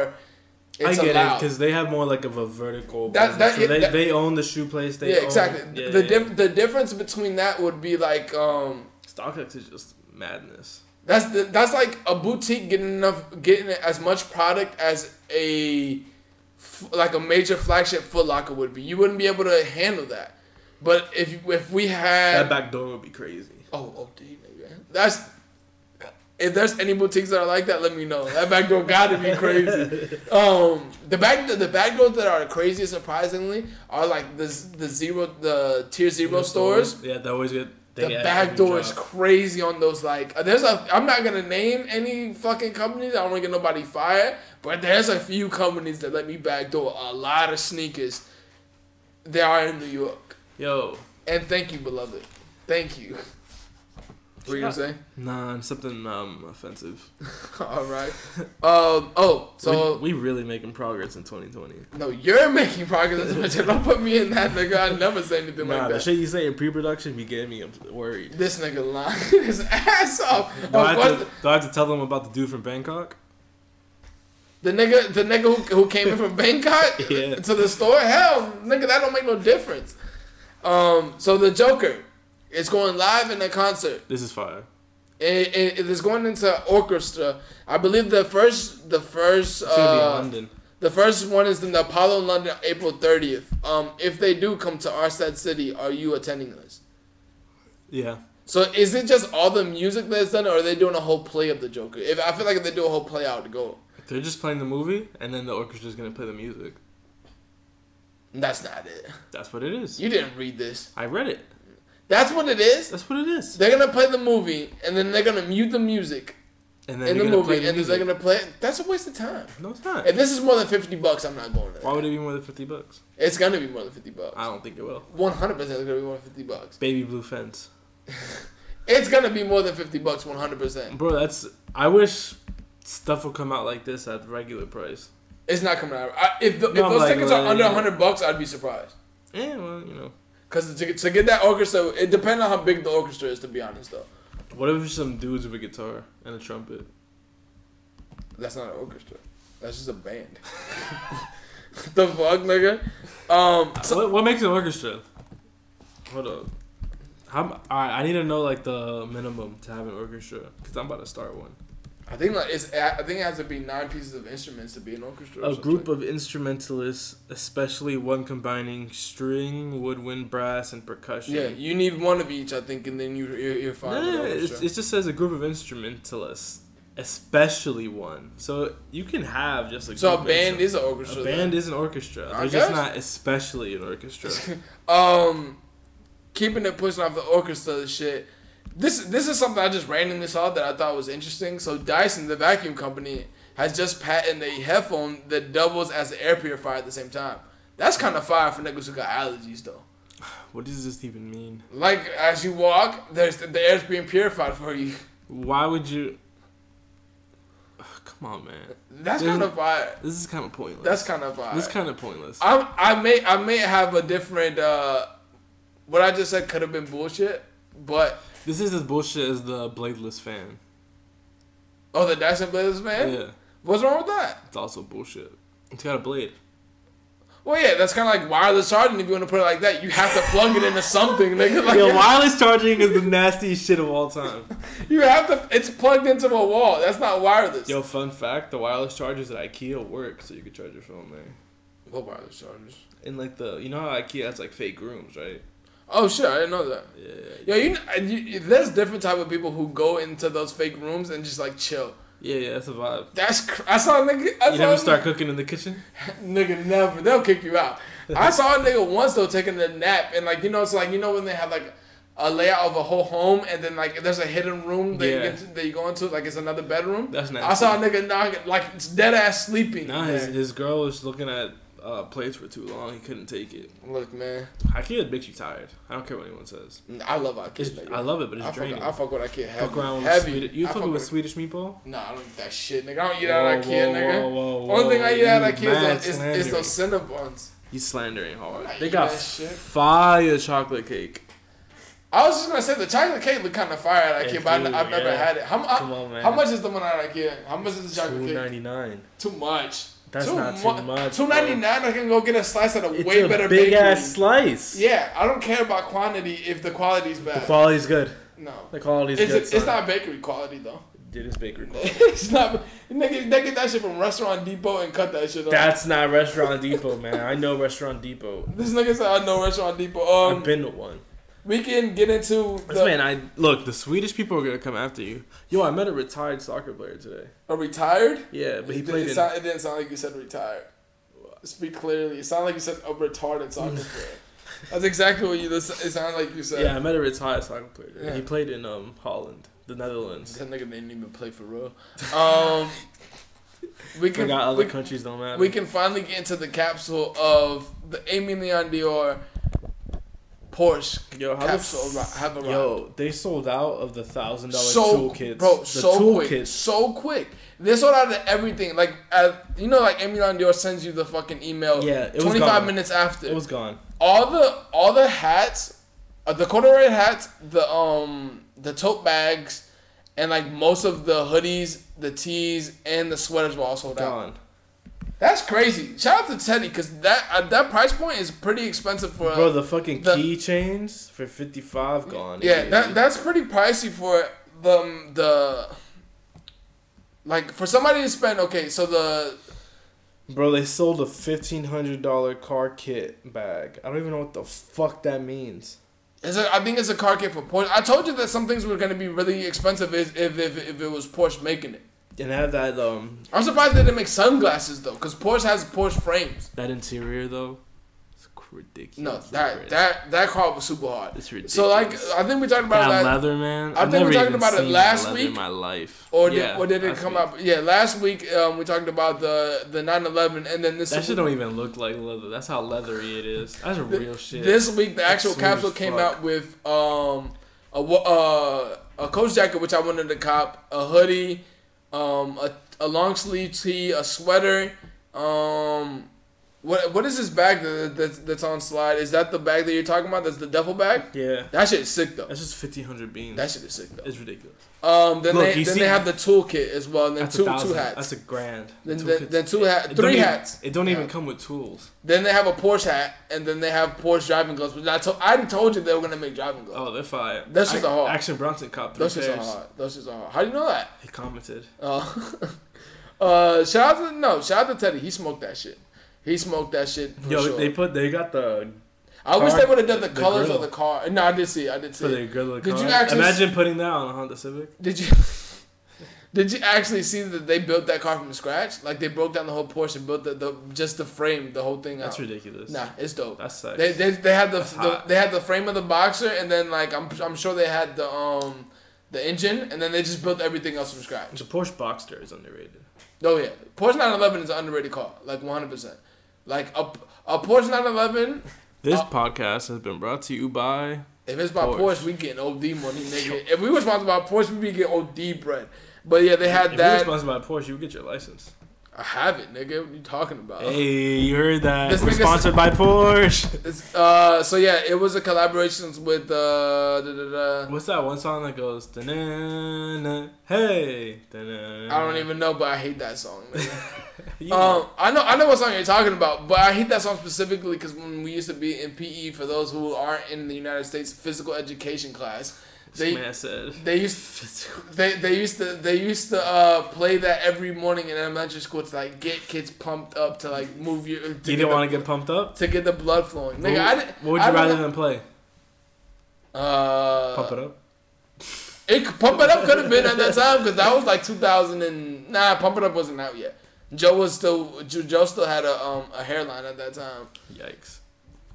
S2: I
S3: it's
S2: get it
S3: allowed.
S2: because they have more like of a vertical.
S3: That-
S2: business.
S3: that-
S2: so
S3: yeah,
S2: they,
S3: that-
S2: they own the shoe place. They
S3: yeah,
S2: own,
S3: exactly.
S2: Yeah,
S3: the
S2: yeah.
S3: Diff- the difference between that would be like um,
S2: StockX is just madness.
S3: That's the, that's like a boutique getting enough getting as much product as a f- like a major flagship Foot Locker would be. You wouldn't be able to handle that. But if you- if we had
S2: that back door would be crazy.
S3: oh oh dude, nigga. that's if there's any boutiques that are like that, let me know. That back door gotta be crazy. Um, the back the, the back doors that are crazy surprisingly are like the z- the zero the tier zero stores
S2: Yeah, they always get. They
S3: the
S2: get
S3: back
S2: every
S3: door is
S2: job.
S3: crazy on those. Like, uh, there's a. I'm not gonna name any fucking companies. I don't wanna get nobody fired. But there's a few companies that let me backdoor a lot of sneakers. They are in New York,
S2: Yo,
S3: and thank you, beloved. Thank you. What you gonna say?
S2: nah, I'm something um offensive.
S3: All right. Um. Oh, so
S2: we, we really making progress in 2020.
S3: no, you're making progress. but Don't put me in that nigga. I never say anything
S2: Nah,
S3: like
S2: the
S3: that.
S2: shit you say in pre-production be getting me worried.
S3: this nigga lying his ass off.
S2: Do I,
S3: Of course-
S2: have to, do I have to tell them about the dude from Bangkok?
S3: The nigga, the nigga who, who came in from Bangkok
S2: Yeah.
S3: to the store, hell, nigga, that don't make no difference. Um, so the Joker, it's going live in a concert.
S2: This is fire.
S3: It, it, it is going into orchestra. I believe the first, the first,
S2: It's gonna be in
S3: uh,
S2: London.
S3: the first one is in the Apollo in London, April thirtieth. Um, if they do come to our said city, are you attending this?
S2: Yeah.
S3: So is it just all the music that's done, or are they doing a whole play of the Joker? If I feel like if they do a whole play, I would go.
S2: They're just playing the movie, and then the orchestra's gonna play the music.
S3: That's not it.
S2: That's what it is.
S3: You didn't read this.
S2: I read it.
S3: That's what it is.
S2: That's what it is.
S3: They're gonna play the movie and then they're gonna mute the music
S2: And
S3: in
S2: then
S3: the
S2: they're gonna
S3: movie
S2: play
S3: and
S2: the
S3: then they're
S2: music.
S3: gonna play. it. That's a waste of time.
S2: No, it's not.
S3: If this is more than fifty bucks, I'm not going. To
S2: Why
S3: that.
S2: would it be more than fifty bucks?
S3: It's gonna be more than fifty bucks.
S2: I don't think it will.
S3: One hundred percent is gonna be more than fifty bucks.
S2: Baby blue fence,
S3: It's gonna be more than fifty bucks. One hundred percent.
S2: bro. That's. I wish stuff will come out like this at regular price.
S3: It's not coming out. I, if, the, if
S2: No, I'm
S3: those
S2: like,
S3: tickets
S2: well,
S3: are under
S2: yeah.
S3: hundred bucks, I'd be surprised.
S2: Eh, well, you know.
S3: Cause to, get- to get that orchestra, it depends on how big the orchestra is. To be honest, though,
S2: What if it's some dudes with a guitar and a trumpet?
S3: That's not an orchestra. That's just a band. the fuck, nigga. Um, so-
S2: what, what makes an orchestra? Hold up. How, all right, I need to know like the minimum to have an orchestra because I'm about to start one.
S3: I think like it's. I think it has to be nine pieces of instruments to be an orchestra. or
S2: A
S3: something.
S2: group of instrumentalists, especially one combining string, woodwind, brass, and percussion.
S3: Yeah, you need one of each, I think, and then you you're, you're fine.
S2: No,
S3: with
S2: no, no,
S3: an
S2: it's,
S3: orchestra.
S2: it just says a group of instrumentalists, especially one. So you can have just a
S3: so a
S2: group
S3: band
S2: instru-
S3: is an orchestra.
S2: a
S3: then.
S2: band is an orchestra. They're
S3: I
S2: just
S3: guess.
S2: not especially an orchestra.
S3: Um, keeping it pushing off the orchestra shit. This this is something I just randomly saw that I thought was interesting. So Dyson, the vacuum company, has just patented a headphone that doubles as an air purifier at the same time. That's kind of fire for niggas who got allergies though.
S2: what does this even mean?
S3: Like as you walk, there's the air's being purified for you.
S2: Why would you? Ugh, come on, man.
S3: That's
S2: There's-
S3: kind of fire.
S2: This is kind of pointless.
S3: That's kind of fire.
S2: this kind of pointless.
S3: I I may I may have a different uh, what I just said could have been bullshit, but
S2: this is as bullshit as the bladeless fan.
S3: oh the Dyson Blazers man,
S2: Yeah,
S3: what's wrong with that?
S2: it's also bullshit. It's got a blade.
S3: Well, yeah, that's kind of like wireless charging. If you want to put it like that, you have to plug it into something, nigga. Like,
S2: Yo, wireless charging is the nastiest shit of all time.
S3: You have to. It's plugged into a wall. That's not wireless.
S2: Yo, fun fact: the wireless chargers at IKEA work, so you can charge your phone there.
S3: What wireless chargers?
S2: And like the, you know how IKEA has like fake rooms, right?
S3: Oh shit, I didn't know that.
S2: Yeah.
S3: Yo, you, uh, you, you there's different type of people who go into those fake rooms and just like chill.
S2: Yeah, yeah, that's a vibe.
S3: That's cr- I saw a nigga. I
S2: You
S3: saw
S2: never
S3: a
S2: start cooking in the kitchen.
S3: Nigga, never. They'll kick you out. I saw a nigga once though taking a nap and like you know it's like you know when they have like a layout of a whole home and then like there's a hidden room that, you,
S2: Yeah.
S3: get to, that you go into like it's another bedroom.
S2: That's
S3: I saw a nigga knock like it's dead ass sleeping.
S2: Now his
S3: Man.
S2: his girl was looking at uh, plates for too long. He couldn't take it.
S3: Look, man,
S2: IKEA makes you tired. I don't care what anyone says.
S3: I love our kid.
S2: It's,
S3: nigga.
S2: I love it, but it's
S3: I
S2: draining.
S3: fuck, I fuck with our kid heavy.
S2: fuck around with
S3: heavy.
S2: Swedish. You
S3: I
S2: fuck with
S3: with-
S2: Swedish meatball?
S3: Nah, I don't eat that shit, nigga. I don't eat out of our kid,
S2: Whoa,
S3: nigga.
S2: whoa, whoa, whoa,
S3: Only thing I eat out of
S2: you
S3: our kid
S2: mad
S3: is, is, is those Cinnabons.
S2: You slandering hard.
S3: not
S2: They
S3: eating
S2: got
S3: that shit.
S2: fire chocolate cake.
S3: I was just gonna say the chocolate cake look kind of fire at
S2: It
S3: IKEA, but
S2: do,
S3: I, I've never
S2: yeah.
S3: had it. How, mu-
S2: Come on, man.
S3: how much is the one at IKEA? How much is the chocolate
S2: Two
S3: cake?
S2: ninety nine.
S3: Too much.
S2: That's not too much,
S3: Two ninety nine. I can go get a slice at a
S2: It's
S3: way
S2: a
S3: better
S2: big
S3: bakery.
S2: ass slice.
S3: yeah, I don't care about quantity if the quality's
S2: The
S3: bad.
S2: quality's good.
S3: no,
S2: The quality's
S3: it's,
S2: good.
S3: it's not bakery quality though.
S2: It is bakery quality.
S3: it's not. Nigga, they get that shit from Restaurant Depot and cut that shit. off.
S2: That's not Restaurant Depot, man. I know Restaurant Depot.
S3: This nigga said I know Restaurant Depot. Um,
S2: I've been to one.
S3: we can get into
S2: This
S3: the,
S2: man, I look. The Swedish people are gonna come after you. Yo, I met a retired soccer player today.
S3: a retired.
S2: Yeah, but he
S3: it, did-
S2: played
S3: it,
S2: in.
S3: sound- it didn't sound like you said retired. Speak clearly. It sounded like you said a retarded soccer player. That's exactly what you. It sounded like you said.
S2: Mm. Yeah, I met a retired soccer player.
S3: Yeah.
S2: He played in um Holland, the Netherlands.
S3: That nigga didn't even play for real. Um, we can
S2: Forgot other
S3: we,
S2: countries don't matter.
S3: we can finally get into the capsule of the Amy Leon Dior Porsche
S2: Yo, how
S3: capsule.
S2: the
S3: arri- have arrived.
S2: Yo, they sold out of the thousand dollar
S3: so
S2: toolkits.
S3: bro,
S2: the
S3: so quick,
S2: toolkits.
S3: so quick. They sold out of everything. Like uh, you know, like Amy Leon Dior sends you the fucking email.
S2: Yeah, it was
S3: twenty five
S2: gone.
S3: minutes after.
S2: It was gone.
S3: all the all the hats, uh, the corduroy hats, the um the tote bags, and like most of the hoodies, the tees, and the sweaters were all sold out.
S2: Gone.
S3: That's crazy. Shout out to Teddy because that uh, that price point is pretty expensive for.
S2: Bro, the fucking
S3: the-
S2: keychains for fifty five gone.
S3: yeah, that
S2: immediately.
S3: that's pretty pricey for the the. Like for somebody to spend okay, so the
S2: Bro, they sold a fifteen hundred dollar car kit bag. I don't even know what the fuck that means.
S3: It's a, I think it's a car kit for Porsche. I told you that some things were gonna be really expensive if if, if, if it was Porsche making it.
S2: And have that um
S3: I'm surprised they didn't make sunglasses though, because Porsche has Porsche frames.
S2: that interior though, it's ridiculous.
S3: No, that that that car was super hard.
S2: it's ridiculous.
S3: So like, I think we talked about
S2: that
S3: that,
S2: leather man.
S3: I
S2: I've
S3: think
S2: never
S3: we talked
S2: even
S3: about it
S2: seen
S3: last
S2: leather
S3: week.
S2: in my life.
S3: or did
S2: Yeah,
S3: or did it
S2: last
S3: come
S2: week.
S3: up? Yeah, last week um, we talked about the the 911, and then this
S2: That shit
S3: week,
S2: don't even look like leather. That's how leathery it is. That's real shit.
S3: this week the actual
S2: That's soon as
S3: capsule came
S2: fuck.
S3: out with um a wa- uh, a coach jacket which I wanted to cop, a hoodie, um a, a long sleeve tee, a sweater, um What what is this bag that, that's that's on slide? Is that the bag that you're talking about? That's the duffel bag.
S2: Yeah.
S3: That shit is sick though.
S2: That's just fifteen hundred beans.
S3: That shit is sick though.
S2: it's ridiculous.
S3: Um, then
S2: Look,
S3: they
S2: you
S3: then
S2: see-
S3: they have the toolkit as well. And then
S2: That's
S3: two
S2: a thousand.
S3: two hats.
S2: That's a grand.
S3: Then-
S2: The
S3: then-
S2: toolkit's-
S3: then two hat-
S2: it don't
S3: three
S2: even-
S3: hats.
S2: It don't even
S3: Yeah.
S2: come with tools.
S3: Then they have a Porsche hat, and then they have Porsche driving gloves. But I told I told you they were gonna make driving gloves.
S2: Oh, they're fire.
S3: That's just
S2: Ac-
S3: a hard-
S2: Action Bronson cop three
S3: Those shits are
S2: pairs.
S3: hard. Those shits are hard. How do you know that?
S2: He commented.
S3: Oh. uh, shout out to no, shout out to Teddy. He smoked that shit. He smoked that shit for
S2: Yo,
S3: sure.
S2: they put they got the
S3: I wish they
S2: car-
S3: would have done the,
S2: the
S3: colors
S2: grill.
S3: of the car. No, I did see. it. I did see.
S2: for
S3: it.
S2: the gorilla.
S3: Did
S2: Did
S3: you actually s-
S2: imagine putting that on a Honda Civic?
S3: Did you? Did you actually see that they built that car from scratch? Like they broke down the whole Porsche and built the, the just the frame, the whole thing
S2: That's
S3: out.
S2: ridiculous.
S3: Nah, it's dope.
S2: That's sick.
S3: They, they, they had the,
S2: That's
S3: the
S2: hot.
S3: they had the frame of the boxer and then like I'm, I'm sure they had the um the engine and then they just built everything else from scratch.
S2: the Porsche Boxster is underrated.
S3: Oh yeah, Porsche 911 is an underrated car, like 100. percent Like a a Porsche 911.
S2: This
S3: Uh,
S2: podcast has been brought to you by.
S3: If it's by Porsche,
S2: Porsche.
S3: we getting OD money, nigga. if we were sponsored by Porsche, we be getting OD bread. But yeah, they had
S2: If you're
S3: that.
S2: sponsored by Porsche, you get your license.
S3: I have it, nigga. What you talking about?
S2: Hey, you heard that?
S3: This
S2: We're
S3: nigga's-
S2: sponsored by Porsche.
S3: It's, uh, so yeah, it was a collaborations with uh, da, da, da.
S2: What's that one song that goes? "Da-na-na, Hey, da-na-na."
S3: I don't even know, but I hate that song. nigga.
S2: You know.
S3: Um, I know, I know what song you're talking about, but I hate that song specifically because when we used to be in PE, for those who aren't in the United States physical education class,
S2: This
S3: they
S2: man said.
S3: they used they they used to they used to uh, play that every morning in elementary school to like get kids pumped up to like move your. To
S2: You
S3: the-
S2: didn't want to get pumped up.
S3: to get the blood flowing. Nigga,
S2: what,
S3: I didn't.
S2: what would
S3: I
S2: you
S3: don't
S2: rather than
S3: know-
S2: play?
S3: Uh,
S2: Pump it up.
S3: It Pump It Up could have been at that time because that was like 2000 and nah. Pump It Up wasn't out yet. Joe was still Joe Joe still had a um a hairline at that time.
S2: Yikes.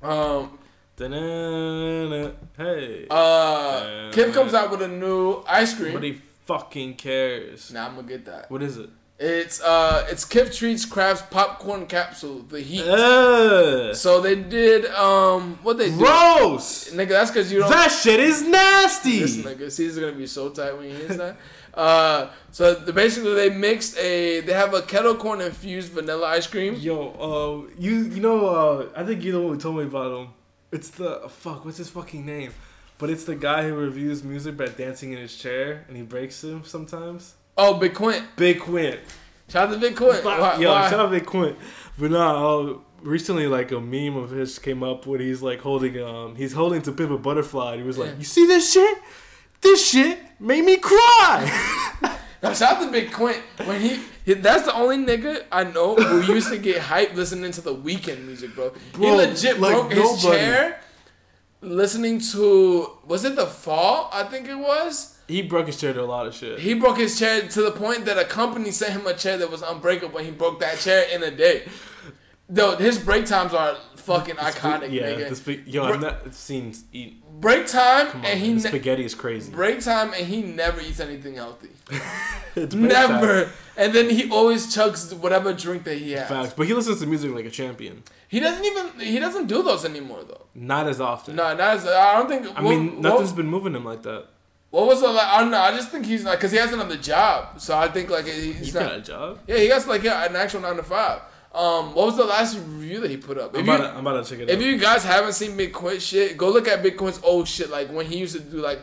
S3: Um
S2: Da-na-na, Hey.
S3: uh Kim comes out with a new ice cream.
S2: Nobody fucking cares.
S3: Nah, I'm gonna get that.
S2: What is it?
S3: It's uh it's Kif Treats Crafts popcorn capsule, the heat.
S2: Ugh.
S3: So they did um what they did.
S2: Gross.
S3: Nigga, that's cause you don't
S2: That shit is
S3: This
S2: nasty.
S3: nigga, Caesar's gonna be so tight when he hears that. Uh, so the, basically, they mixed a. They have a kettle corn infused vanilla ice cream.
S2: Yo, uh, you you know, uh, I think you know what told me about him. It's the fuck. What's his fucking name? But it's the guy who reviews music by dancing in his chair, and he breaks him sometimes.
S3: Oh, Big Quint!
S2: Big Quint.
S3: Shout out to Big Quint. Why,
S2: Yo,
S3: why?
S2: shout out Big Quint. But nah, uh, recently like a meme of his came up when he's like holding um he's holding to Pimp a Butterfly and he was like,
S3: Yeah.
S2: You see this shit? This shit made me cry.
S3: Now, shout out to Big Quint. When he, he- that's the only nigga I know who used to get hype listening to the weekend music, bro. he
S2: Bro,
S3: legit
S2: like
S3: broke his
S2: nobody.
S3: chair listening to was it the fall? I think it was.
S2: he broke his chair to a lot of shit.
S3: He broke his chair to the point that a company sent him a chair that was unbreakable. and He broke that chair in a day. Though his break times are fucking iconic,
S2: yeah,
S3: nigga.
S2: the spa- yo,
S3: Bro-
S2: I've not seen eat.
S3: break time
S2: Come on,
S3: and he
S2: man, the
S3: ne-
S2: spaghetti is crazy.
S3: break time and he never eats anything healthy.
S2: It's big
S3: never. And then he always chugs whatever drink that he has.
S2: facts. Facts. but he listens to music like a champion.
S3: He doesn't even he doesn't do those anymore though.
S2: Not as often.
S3: No, not as, I don't think.
S2: I
S3: what-
S2: mean, nothing's been moving him like that.
S3: What, what was the? la- I don't know. I just think he's not because he has another job. So I think like he- he's
S2: He's
S3: not.
S2: got a job.
S3: Yeah, he got like yeah, an actual nine to five. Um, what was the last review that he put up?
S2: I'm
S3: If
S2: about,
S3: you,
S2: to, I'm about to check it
S3: if
S2: out.
S3: you guys haven't seen Big Quint shit, go look at Big Quint's old shit, like when he used to do like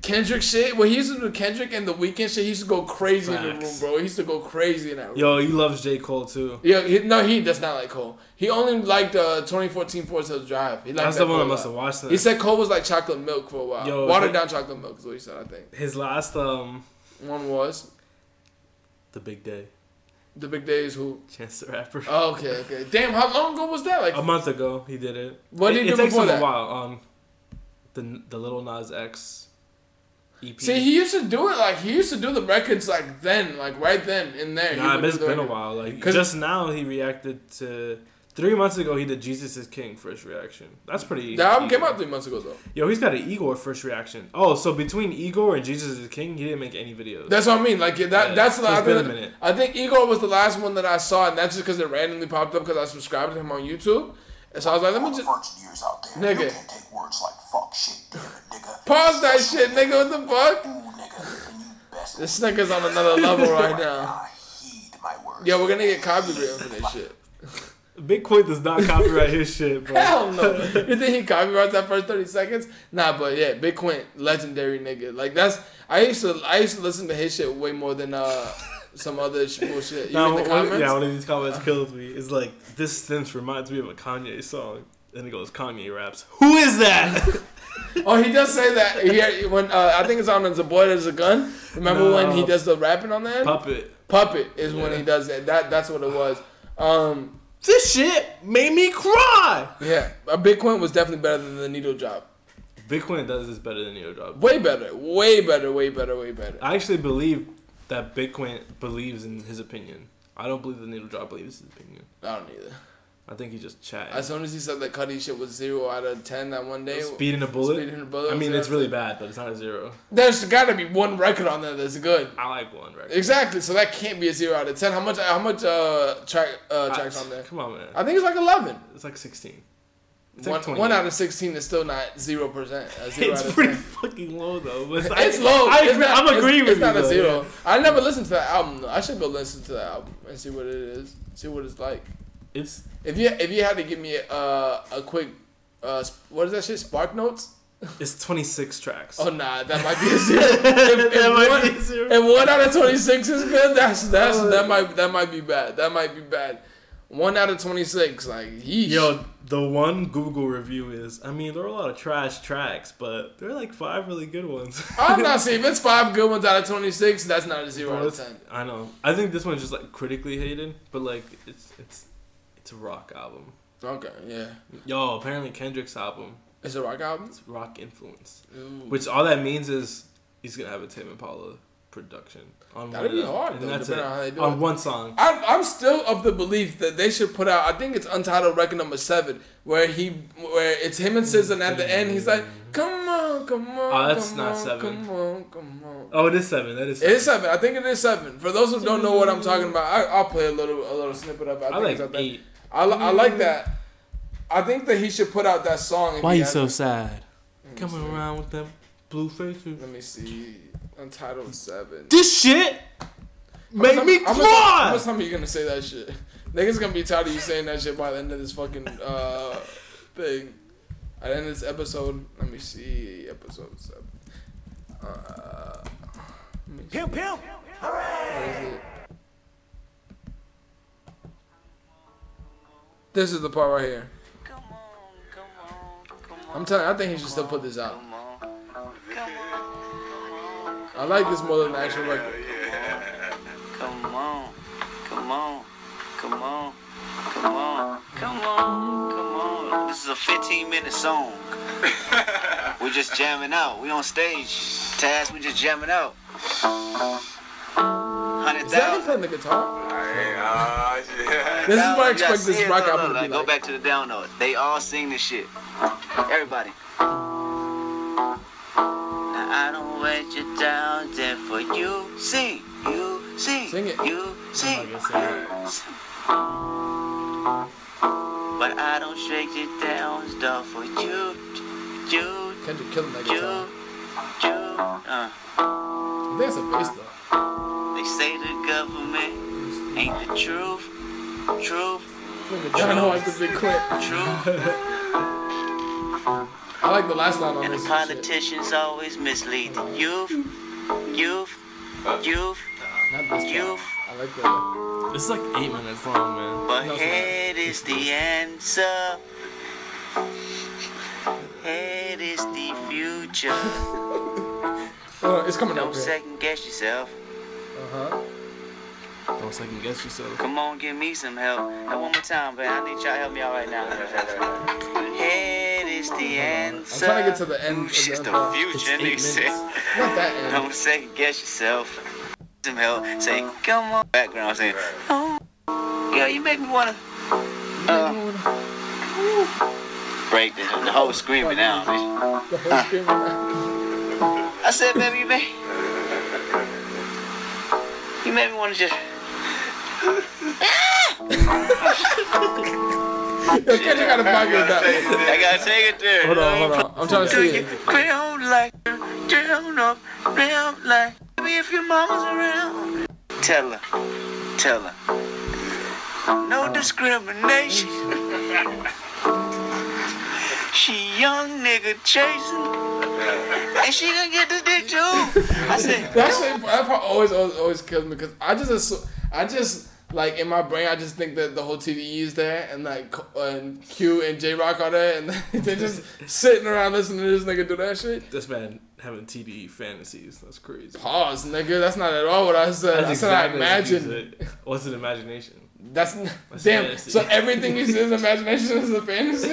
S3: Kendrick shit. When he used to do Kendrick and the weekend shit, he used to go crazy in the room,
S2: Facts.
S3: bro. He used to go crazy in that room.
S2: Yo, he loves J Cole too.
S3: Yeah, he, no, he does not like Cole. He only liked uh, 2014 Forest Hills Drive. He liked
S2: That's
S3: that
S2: the one I
S3: Cole a
S2: must
S3: lot.
S2: have watched. then.
S3: He said Cole was like chocolate milk for a while.
S2: Yo,
S3: Watered
S2: he-
S3: down chocolate milk is what he said, I think.
S2: His last um
S3: One was
S2: The Big Day.
S3: The Big Days Who.
S2: Chance the rapper.
S3: Oh, okay, okay. Damn, how long ago was that? Like,
S2: a month ago he did it.
S3: What did
S2: it,
S3: he do
S2: it takes
S3: before
S2: him
S3: that?
S2: a while. Um the the little Nas X E EP.
S3: see, he used to do it like he used to do the records like then, like right then and there. He
S2: nah,
S3: would
S2: it's
S3: do the
S2: been a
S3: record.
S2: while. Like
S3: 'Cause-
S2: just now he reacted to three months ago he did Jesus is King first reaction. That's pretty
S3: That album came
S2: Igor.
S3: out three months ago though.
S2: Yo, he's got an Igor first reaction. Oh, so between Igor and Jesus is King, he didn't make any videos.
S3: That's what I mean. Like yeah, that.
S2: Yeah,
S3: that's the.
S2: so
S3: I
S2: it's been a
S3: think-
S2: minute.
S3: I think Igor was the last one that I saw, and that's just because it randomly popped up because I subscribed to him on YouTube, and so I was like, let me
S4: All the
S3: just
S4: Virgineers out there,
S3: Nigga.
S4: you can't take words like fuck, shit, nigga, nigga.
S3: pause that shit, nigga. What the fuck?
S4: Ooh, nigga, and you best
S3: This nigga's on another level right now.
S4: I heed my words.
S3: Yo, we're gonna get copyright for this shit.
S2: Bitcoin does not copyright his shit, bro.
S3: Hell no. You think he copyrights that first thirty seconds? Nah, but yeah, Big Quint, legendary nigga. Like that's I used to I used to listen to his shit way more than uh some other sh- bullshit. You
S2: Nah,
S3: read the
S2: one-
S3: comments?
S2: yeah, one of these comments kills me. It's like this sentence reminds me of a Kanye song. Then it goes Kanye raps. Who is that?
S3: Oh, he does say that here when uh, I think it's on "There's a Boy There's a Gun." Remember when he
S2: No.
S3: does the rapping on that?
S2: Puppet.
S3: Puppet is when
S2: Yeah.
S3: he does that. That that's what it was. Um,
S2: This shit made me cry.
S3: yeah, a Big Quint was definitely better than the needle drop.
S2: Bitcoin does this better than Neo Drop.
S3: Way better, way better, way better, way better.
S2: I actually believe that Bitcoin believes in his opinion. I don't believe the needle drop believes his opinion.
S3: I don't either.
S2: I think he just chatted.
S3: As soon as he said that Cuddy shit was zero out of ten that one day,
S2: Speeding a bullet.
S3: Speeding a bullet
S2: I mean,
S3: was
S2: it's really bad, but it's not a zero.
S3: there's got to be one record on there that's good.
S2: I like one record.
S3: Exactly, so that can't be a zero out of ten. How much? How much uh, track uh, tracks on there?
S2: Come on, man.
S3: I think it's like eleven.
S2: It's like sixteen. It's
S3: One,
S2: like 20.
S3: one out of sixteen is still not zero percent.
S2: It's pretty fucking low though. but it's,
S3: It's low.
S2: I,
S3: it's
S2: agree,
S3: not,
S2: I'm agreeing
S3: it's,
S2: with
S3: it's
S2: you.
S3: not a
S2: though,
S3: zero.
S2: yeah.
S3: I never listened to that album. Though. I should go listen to that album and see what it is. See what it's like.
S2: It's
S3: If you if you had to give me uh, a quick uh, sp- what is that shit? Spark notes?
S2: it's 26 tracks.
S3: Oh nah, that might be a zero. if, if
S2: That might
S3: one,
S2: be a zero.
S3: if one out of twenty six is good, that's that's
S2: Oh.
S3: that might that might be bad. That might be bad. One out of twenty six, like yeesh.
S2: Yo, the one Google review is. I mean, there are a lot of trash tracks, but there are like five really good ones.
S3: I'm not saying if it's five good ones out of twenty six, that's not a zero out of
S2: Bro,
S3: ten.
S2: it's- I know. I think this one's just like critically hated, but like it's it's it's a rock album.
S3: Okay, yeah.
S2: Yo, apparently Kendrick's album
S3: It's a rock album.
S2: is rock influence,
S3: Ooh.
S2: which all that means is he's gonna have a Tame Impala production on
S3: That'd
S2: one
S3: be
S2: of them,
S3: hard,
S2: and
S3: though,
S2: that's
S3: depending
S2: it.
S3: on how they do
S2: on
S3: it.
S2: one song.
S3: I'm, I'm still of the belief that they should put out. I think it's Untitled Record Number Seven, where he, where it's him and SZA, and at the end he's like, "Come on, come on,
S2: Oh, that's
S3: come
S2: not
S3: on,
S2: seven.
S3: come on, come on."
S2: Oh, it is seven. That is.
S3: It
S2: Seven.
S3: is seven. I think it is seven. For those who don't know what I'm talking about, I, I'll play a little, a little snippet of it. I,
S2: I
S3: think
S2: like
S3: it's up there.
S2: eight.
S3: I, li- I like that. I think that he should put out that song. if
S2: Why
S3: he
S2: you
S3: has- Mm,
S2: so sad?
S3: Let me
S2: Coming
S3: see.
S2: around with them blue faces.
S3: Let me see. Untitled Seven.
S2: This shit made me
S3: How much time- How
S2: cry.
S3: much time are you gonna say that shit? Niggas gonna be tired of you saying that shit by the end of this fucking uh, thing. At the end of this episode, let me see episode seven. Uh, let me see,
S1: Pimp, pimp.
S3: what is it? This is the part right here.
S5: Come on, come on, come on.
S3: I'm telling. you, I think he should still put this out.
S5: Come on, come on,
S3: I like this more than the actual record.
S5: come on, come on, come on, come on, come on, come on. This is a 15 minute song. We're just jamming out. We on stage. Taz, we just jamming out. Hundred
S3: Is that him
S5: thousand.
S3: playing the guitar?
S5: uh,
S6: Ah, yeah.
S3: This is what I
S5: You gotta
S3: expect
S5: see
S3: this
S5: it.
S3: rock
S5: No, no,
S3: album to
S5: no,
S3: be
S5: Go
S3: like.
S5: back to the down note. They all sing this shit. Everybody. Now, I don't wait you down there for you. Sing, you sing,
S3: Sing it.
S5: you
S2: I
S5: sing.
S2: guess I-
S5: But I don't shake you down stuff for you, you,
S3: Kendrick killing that
S5: you,
S3: guitar.
S5: you. Uh,
S3: I think it's a bass though.
S5: they say the government ain't the truth, truth,
S3: I know I could be quick.
S5: truth.
S3: I like the last line on
S5: And the
S3: this. shit.
S5: politicians always mislead the youth, youth, youth,
S3: Not this
S5: youth.
S3: part. I like that.
S2: It's like eight minutes long, man.
S5: But
S3: No, it's not.
S5: head is the answer. Head is the future.
S3: Oh, it's coming
S5: Don't
S3: up here.
S5: second guess yourself.
S3: Uh-huh.
S2: Don't second guess yourself.
S5: Come on, give me some help. And one more time, man. I need y'all to help me out right now. Head is
S3: I'm
S5: the answer.
S3: trying to get to the end of
S5: Who's just
S3: the
S5: the
S3: Not
S2: It's
S5: future,
S2: eight
S5: they
S2: minutes.
S5: say.
S3: that end.
S5: Don't second guess yourself. Some help. Say, come on. Background saying, oh, yeah, you make me wanna
S3: Uh,
S5: break the, the whole screaming now. bitch.
S3: the whole
S5: Ah.
S3: screen right
S5: I said, baby, you make, you made me wanna just.
S3: now. Yo, Kendrick got a pocket with that.
S5: I gotta take it there.
S3: Hold on, hold on. I'm trying to see it.
S5: Ground like, ground up, ground like. Baby, if your mama's around, tell her, tell her. no discrimination. she young nigga chasing. And she gonna get the dick too. I said,
S3: That's what, that part always, always always kills me because I just assu- I just like in my brain I just think that the whole TDE is there and like Co- and Q and J Rock are there and they're just sitting around listening to this nigga do that shit.
S2: This man having TDE fantasies. That's crazy.
S3: Pause, nigga. That's not at all what I said.
S2: That's
S3: I said I
S2: exactly what
S3: imagine.
S2: he said. What's an imagination?
S3: That's n-
S2: That's
S3: damn.
S2: fantasy.
S3: So everything you see is imagination is a fantasy.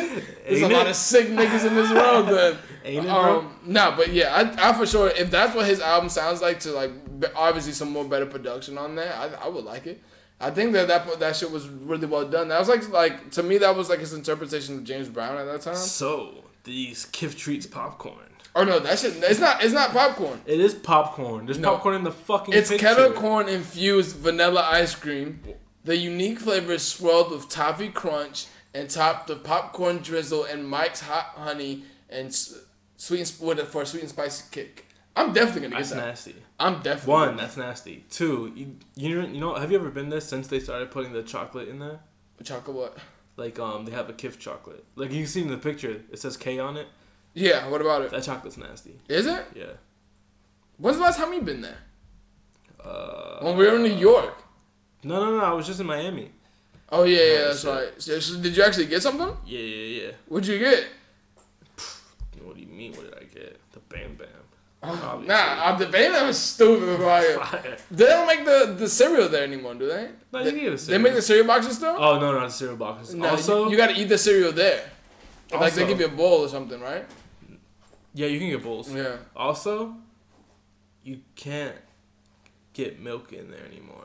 S3: There's a
S2: Ain't
S3: lot
S2: it?
S3: of sick niggas in this world. Then,
S2: Ain't it, bro?
S3: um, nah, but yeah, I, I for sure. If that's what his album sounds like, to like b- obviously some more better production on there, I, I would like it. I think that that that shit was really well done. That was like like to me that was like his interpretation of James Brown at that time.
S2: So these Kif treats popcorn.
S3: Oh no, that shit. It's not. It's not popcorn.
S2: It is popcorn. There's popcorn in the fucking.
S3: It's
S2: picture.
S3: kettle corn infused vanilla ice cream. The unique flavor is swirled with toffee crunch and topped with popcorn drizzle and Mike's hot honey and s- sweet and, sp- with a- for a sweet and spicy kick. I'm definitely gonna get
S2: That's
S3: that.
S2: nasty.
S3: I'm definitely
S2: One, that's nasty. Two, you, you know, you know, have you ever been there since they started putting the chocolate in there?
S3: chocolate. What?
S2: Like, um, they have a Kif chocolate. Like you see in the picture, it says K on it.
S3: Yeah. What about it?
S2: That chocolate's nasty.
S3: Is it?
S2: Yeah.
S3: When's the last time you been there? Uh, when we were in New York.
S2: No, no, no. I was just in Miami.
S3: Oh yeah, yeah, that's
S2: shit.
S3: right. So, so did you actually get something?
S2: Yeah, yeah, yeah.
S3: What'd you get?
S2: What do you mean? What did I get? The Bam Bam.
S3: Nah, I debated that was stupid. Like,
S2: Fire.
S3: They don't make the, the cereal there anymore, do they?
S2: No,
S3: they,
S2: you can get a
S3: They make
S2: cereal.
S3: the cereal boxes still?
S2: Oh no, not the cereal boxes.
S3: no, you-
S2: also,
S3: you, gotta eat the cereal there. like they
S2: Also-
S3: give you a bowl or something, right?
S2: yeah, you can get bowls.
S3: Yeah.
S2: Also, you can't get milk in there anymore.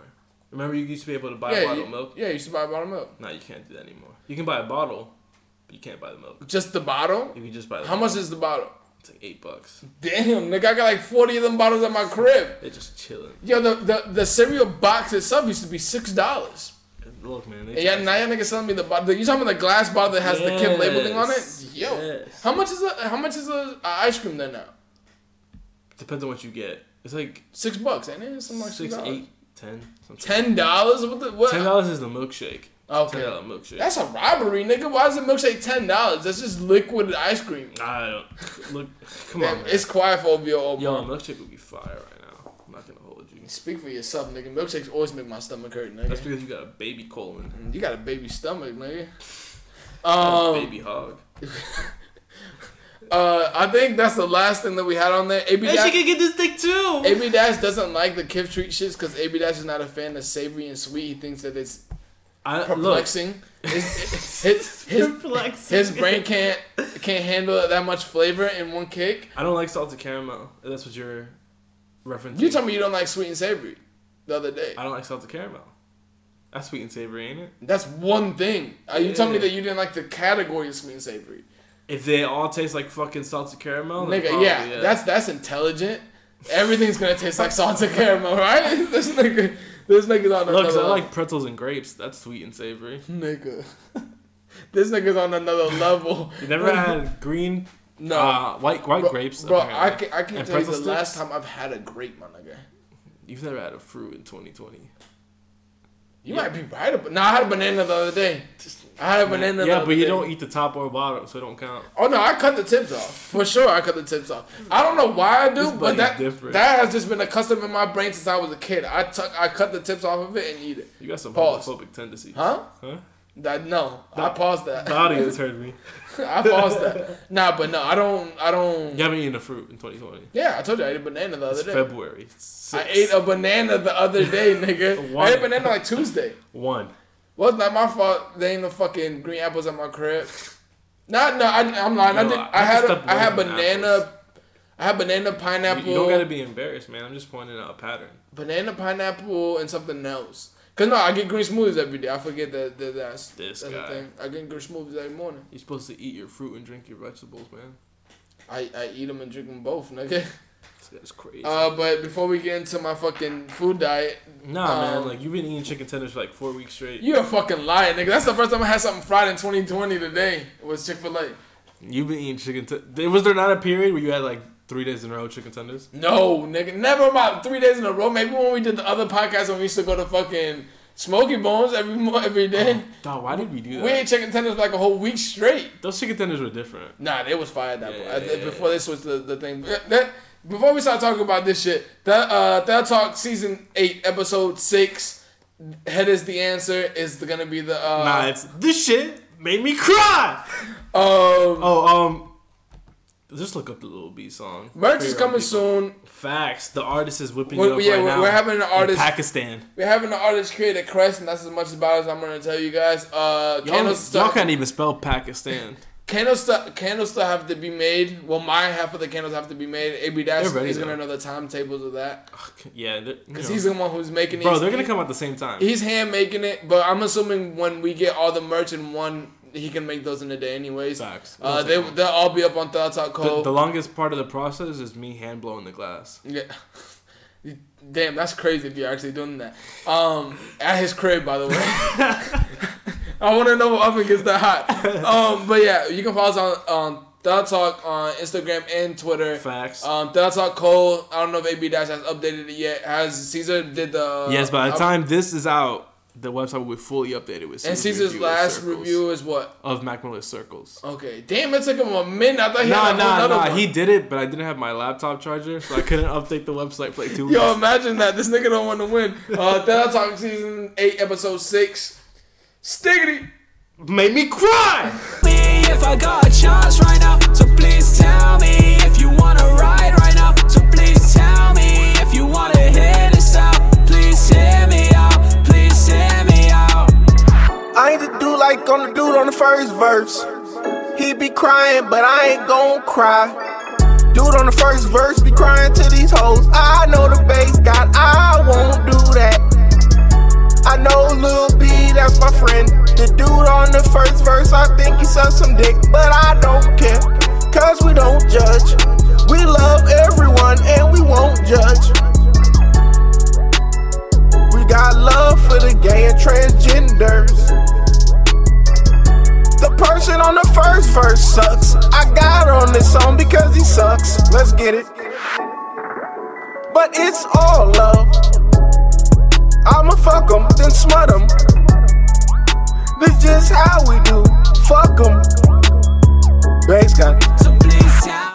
S2: Remember, you used to be able to buy
S3: yeah,
S2: a bottle
S3: you,
S2: of milk.
S3: yeah, you should buy a bottle of milk.
S2: Now you can't do that anymore. You can buy a bottle, but you can't buy the milk.
S3: Just the bottle?
S2: You can just buy. The
S3: How much is the bottle?
S2: It's like eight bucks.
S3: Damn, nigga, I got like 40 of them bottles at my crib.
S2: They're just chilling.
S3: Yo, the, the, the cereal box itself used to be $6.
S2: Look, man. They
S3: And yeah, now y'all niggas selling me the bottle. You talking about the glass bottle that has the kid labeling on
S2: Yes,
S3: it? Yo,
S2: yes.
S3: how much is a, how much is a, a ice cream there now?
S2: depends on what you get. It's like
S3: Six bucks, ain't it? Something like
S2: six,
S3: $6.
S2: eight, ten. Something.
S3: Ten dollars? What the what?
S2: Ten dollars is the milkshake.
S3: Okay.
S2: Ten dollar milkshake.
S3: That's a robbery, nigga. Why is the milkshake ten dollars? That's just liquid ice cream.
S2: I don't look. Come on,
S3: Damn,
S2: man.
S3: it's quiet for OBO. old
S2: Yo, a
S3: boy.
S2: milkshake would be fire right now. I'm not gonna hold you.
S3: Speak for yourself, nigga. Milkshakes always make my stomach hurt,
S2: That's
S3: nigga.
S2: because you got a baby colon,
S3: You got a baby stomach, nigga.
S2: a
S3: Um,
S2: baby hog.
S3: uh, I think that's the last thing that we had on there. AB Dash,
S2: get this dick too.
S3: AB Dash doesn't like the Kif treat shits because AB Dash is not a fan of savory and sweet. He thinks that it's
S2: I, look,
S3: perplexing. His, his, his, his brain can't can't handle that much flavor in one cake.
S2: I don't like salted caramel. If That's what you're referencing.
S3: You told me you don't like sweet and savory the other day.
S2: I don't like salted caramel. That's sweet and savory, ain't it?
S3: That's one thing. Are you telling me
S2: Yeah.
S3: that you didn't like the category of sweet and savory?
S2: If they all taste like fucking salted caramel, then
S3: Nigga,
S2: probably,
S3: yeah, that's that's intelligent. Everything's gonna taste like salted caramel, right? this nigga, this nigga's on
S2: Look, 'cause
S3: another
S2: I like pretzels and grapes. That's sweet and savory.
S3: nigga. this nigga's on another level.
S2: You never had green,
S3: no,
S2: uh, white white
S3: bro,
S2: grapes.
S3: Bro, I
S2: apparently.
S3: can I can
S2: And
S3: tell you the
S2: pretzel
S3: last
S2: sticks?
S3: time I've had a grape, my nigga.
S2: You've never had a fruit in 2020.
S3: You might be right, but no, I had a banana the other day. I had a banana. the
S2: yeah,
S3: other
S2: but you
S3: day.
S2: don't eat the top or bottom, so it don't count.
S3: Oh no, I cut the tips off for sure. I cut the tips off. I don't know why I do, but
S2: buddy's
S3: that
S2: different.
S3: that has just been a custom in my brain since I was a kid. I tuck, I cut the tips off of it and eat it.
S2: You got some
S3: Pause.
S2: homophobic tendencies.
S3: Huh?
S2: Huh?
S3: That no, I paused that.
S2: The audience heard me.
S3: I paused that. Nah, but no, I don't. I don't.
S2: You haven't eaten a fruit in 2020.
S3: Yeah, I told you I ate a banana the
S2: It's
S3: other day.
S2: February. Six.
S3: I ate a banana the other day, nigga.
S2: Why?
S3: I ate a banana like Tuesday.
S2: one.
S3: Well, it's not my fault. They ain't no fucking green apples at my crib. Nah, no, I, I'm lying. I
S2: Yo,
S3: did.
S2: I-
S3: I
S2: I
S3: had.
S2: just
S3: a-
S2: stopped
S3: I had
S2: loving
S3: banana.
S2: apples.
S3: I had banana
S2: You,
S3: pineapple.
S2: you don't gotta be embarrassed, man. I'm just pointing out a pattern.
S3: banana, pineapple, and something else. Cause no, I get green smoothies every day. I forget that, that that's
S2: This
S3: that's
S2: guy.
S3: I get green smoothies every morning.
S2: You're supposed to eat your fruit and drink your vegetables, man.
S3: I, I eat them and drink them both, nigga.
S2: This guy's crazy.
S3: Uh, but before we get into my fucking food diet,
S2: nah,
S3: um,
S2: man. Like you've been eating chicken tenders for like four weeks straight.
S3: you a fucking liar, nigga. That's the first time I had something fried in 2020. Today was Chick Fil A.
S2: You've been eating chicken. T- was there not a period where you had like three days in a row chicken tenders?
S3: No, nigga, never about three days in a row. Maybe when we did the other podcast when we used to go to fucking Smoky Bones every mo- every day.
S2: God, why did we do that?
S3: We ain't chicken tenders for like a whole week straight.
S2: Those chicken tenders were different.
S3: Nah, they was fire at that point.
S2: Yeah,
S3: I think
S2: yeah,
S3: before this was the, the thing. That, before we start talking about this shit, that uh that talk season eight episode six, head is the answer is gonna be the uh
S2: nah, it's this shit made me cry.
S3: um
S2: Oh, um, just look up the Little B song.
S3: merch
S2: For
S3: is
S2: your
S3: coming
S2: own people.
S3: soon.
S2: Facts. The artist is whipping
S3: We're-
S2: you up
S3: yeah,
S2: right
S3: we're-
S2: now.
S3: we're having
S2: in
S3: an artist-
S2: Pakistan.
S3: We're having the artist create a crest, and that's as much about as I'm gonna tell you guys. Uh,
S2: Y'all,
S3: candles
S2: y'all
S3: start,
S2: can't even spell Pakistan.
S3: candles st- candles still have to be made. Well, my half of the candles have to be made. AB Dash
S2: They're ready,
S3: is gonna
S2: though.
S3: know the timetables of that
S2: yeah, they're- you
S3: because
S2: know.
S3: he's the one who's making.
S2: bro.
S3: these-
S2: They're gonna come out the same time.
S3: He's hand making it, but I'm assuming when we get all the merch in one, he can make those in a day, anyways.
S2: Facts.
S3: Uh,
S2: It'll
S3: they
S2: take long.
S3: they'll all be up on Thoughts Out
S2: the,
S3: Cold.
S2: the longest part of the process is me hand blowing the glass.
S3: Yeah. Damn, that's crazy if you're actually doing that. Um, at his crib, by the way. I want to know what oven gets that hot. Um, but yeah, you can follow us on on Thought Talk on Instagram and Twitter.
S2: Facts.
S3: Um, Thought Talk Cole. I don't know if AB Dash has updated it yet. Has Caesar did the
S2: yes, by the
S3: uh,
S2: time this is out, the website will be fully updated with.
S3: and
S2: Caesar's
S3: Caesar's
S2: review Uh, of
S3: last
S2: Circles-
S3: review is what?
S2: of Mac Miller's Circles.
S3: Okay, damn, it took him a minute. I thought he
S2: Nah,
S3: had a whole
S2: nah,
S3: other
S2: nah.
S3: one.
S2: He did it, but I didn't have my laptop charger, so I couldn't update the website for like two weeks.
S3: Yo, imagine that. This nigga don't want to win. Uh, Thought Talk season eight, episode six. Stiggity.
S2: Made me cry.
S7: me if I got a chance right now. So please tell me if you wanna ride right now. So please tell me if you wanna hear this out. Please hear me out. Please hear me out.
S8: I ain't the dude like on the dude on the first verse. He be crying, but I ain't gon' cry. Dude on the first verse be crying to these hoes. I know the bass got, I won't do that. I know Lil B, that's my friend. The dude on the first verse, I think he sucks some dick, but I don't care. Cause we don't judge. We love everyone and we won't judge. We got love for the gay and transgenders. The person on the first verse sucks. I got on this song because he sucks. Let's get it. But it's all love. I'ma fuck 'em, then smut 'em. This just how we do. Fuck 'em. Bass got
S7: So please tell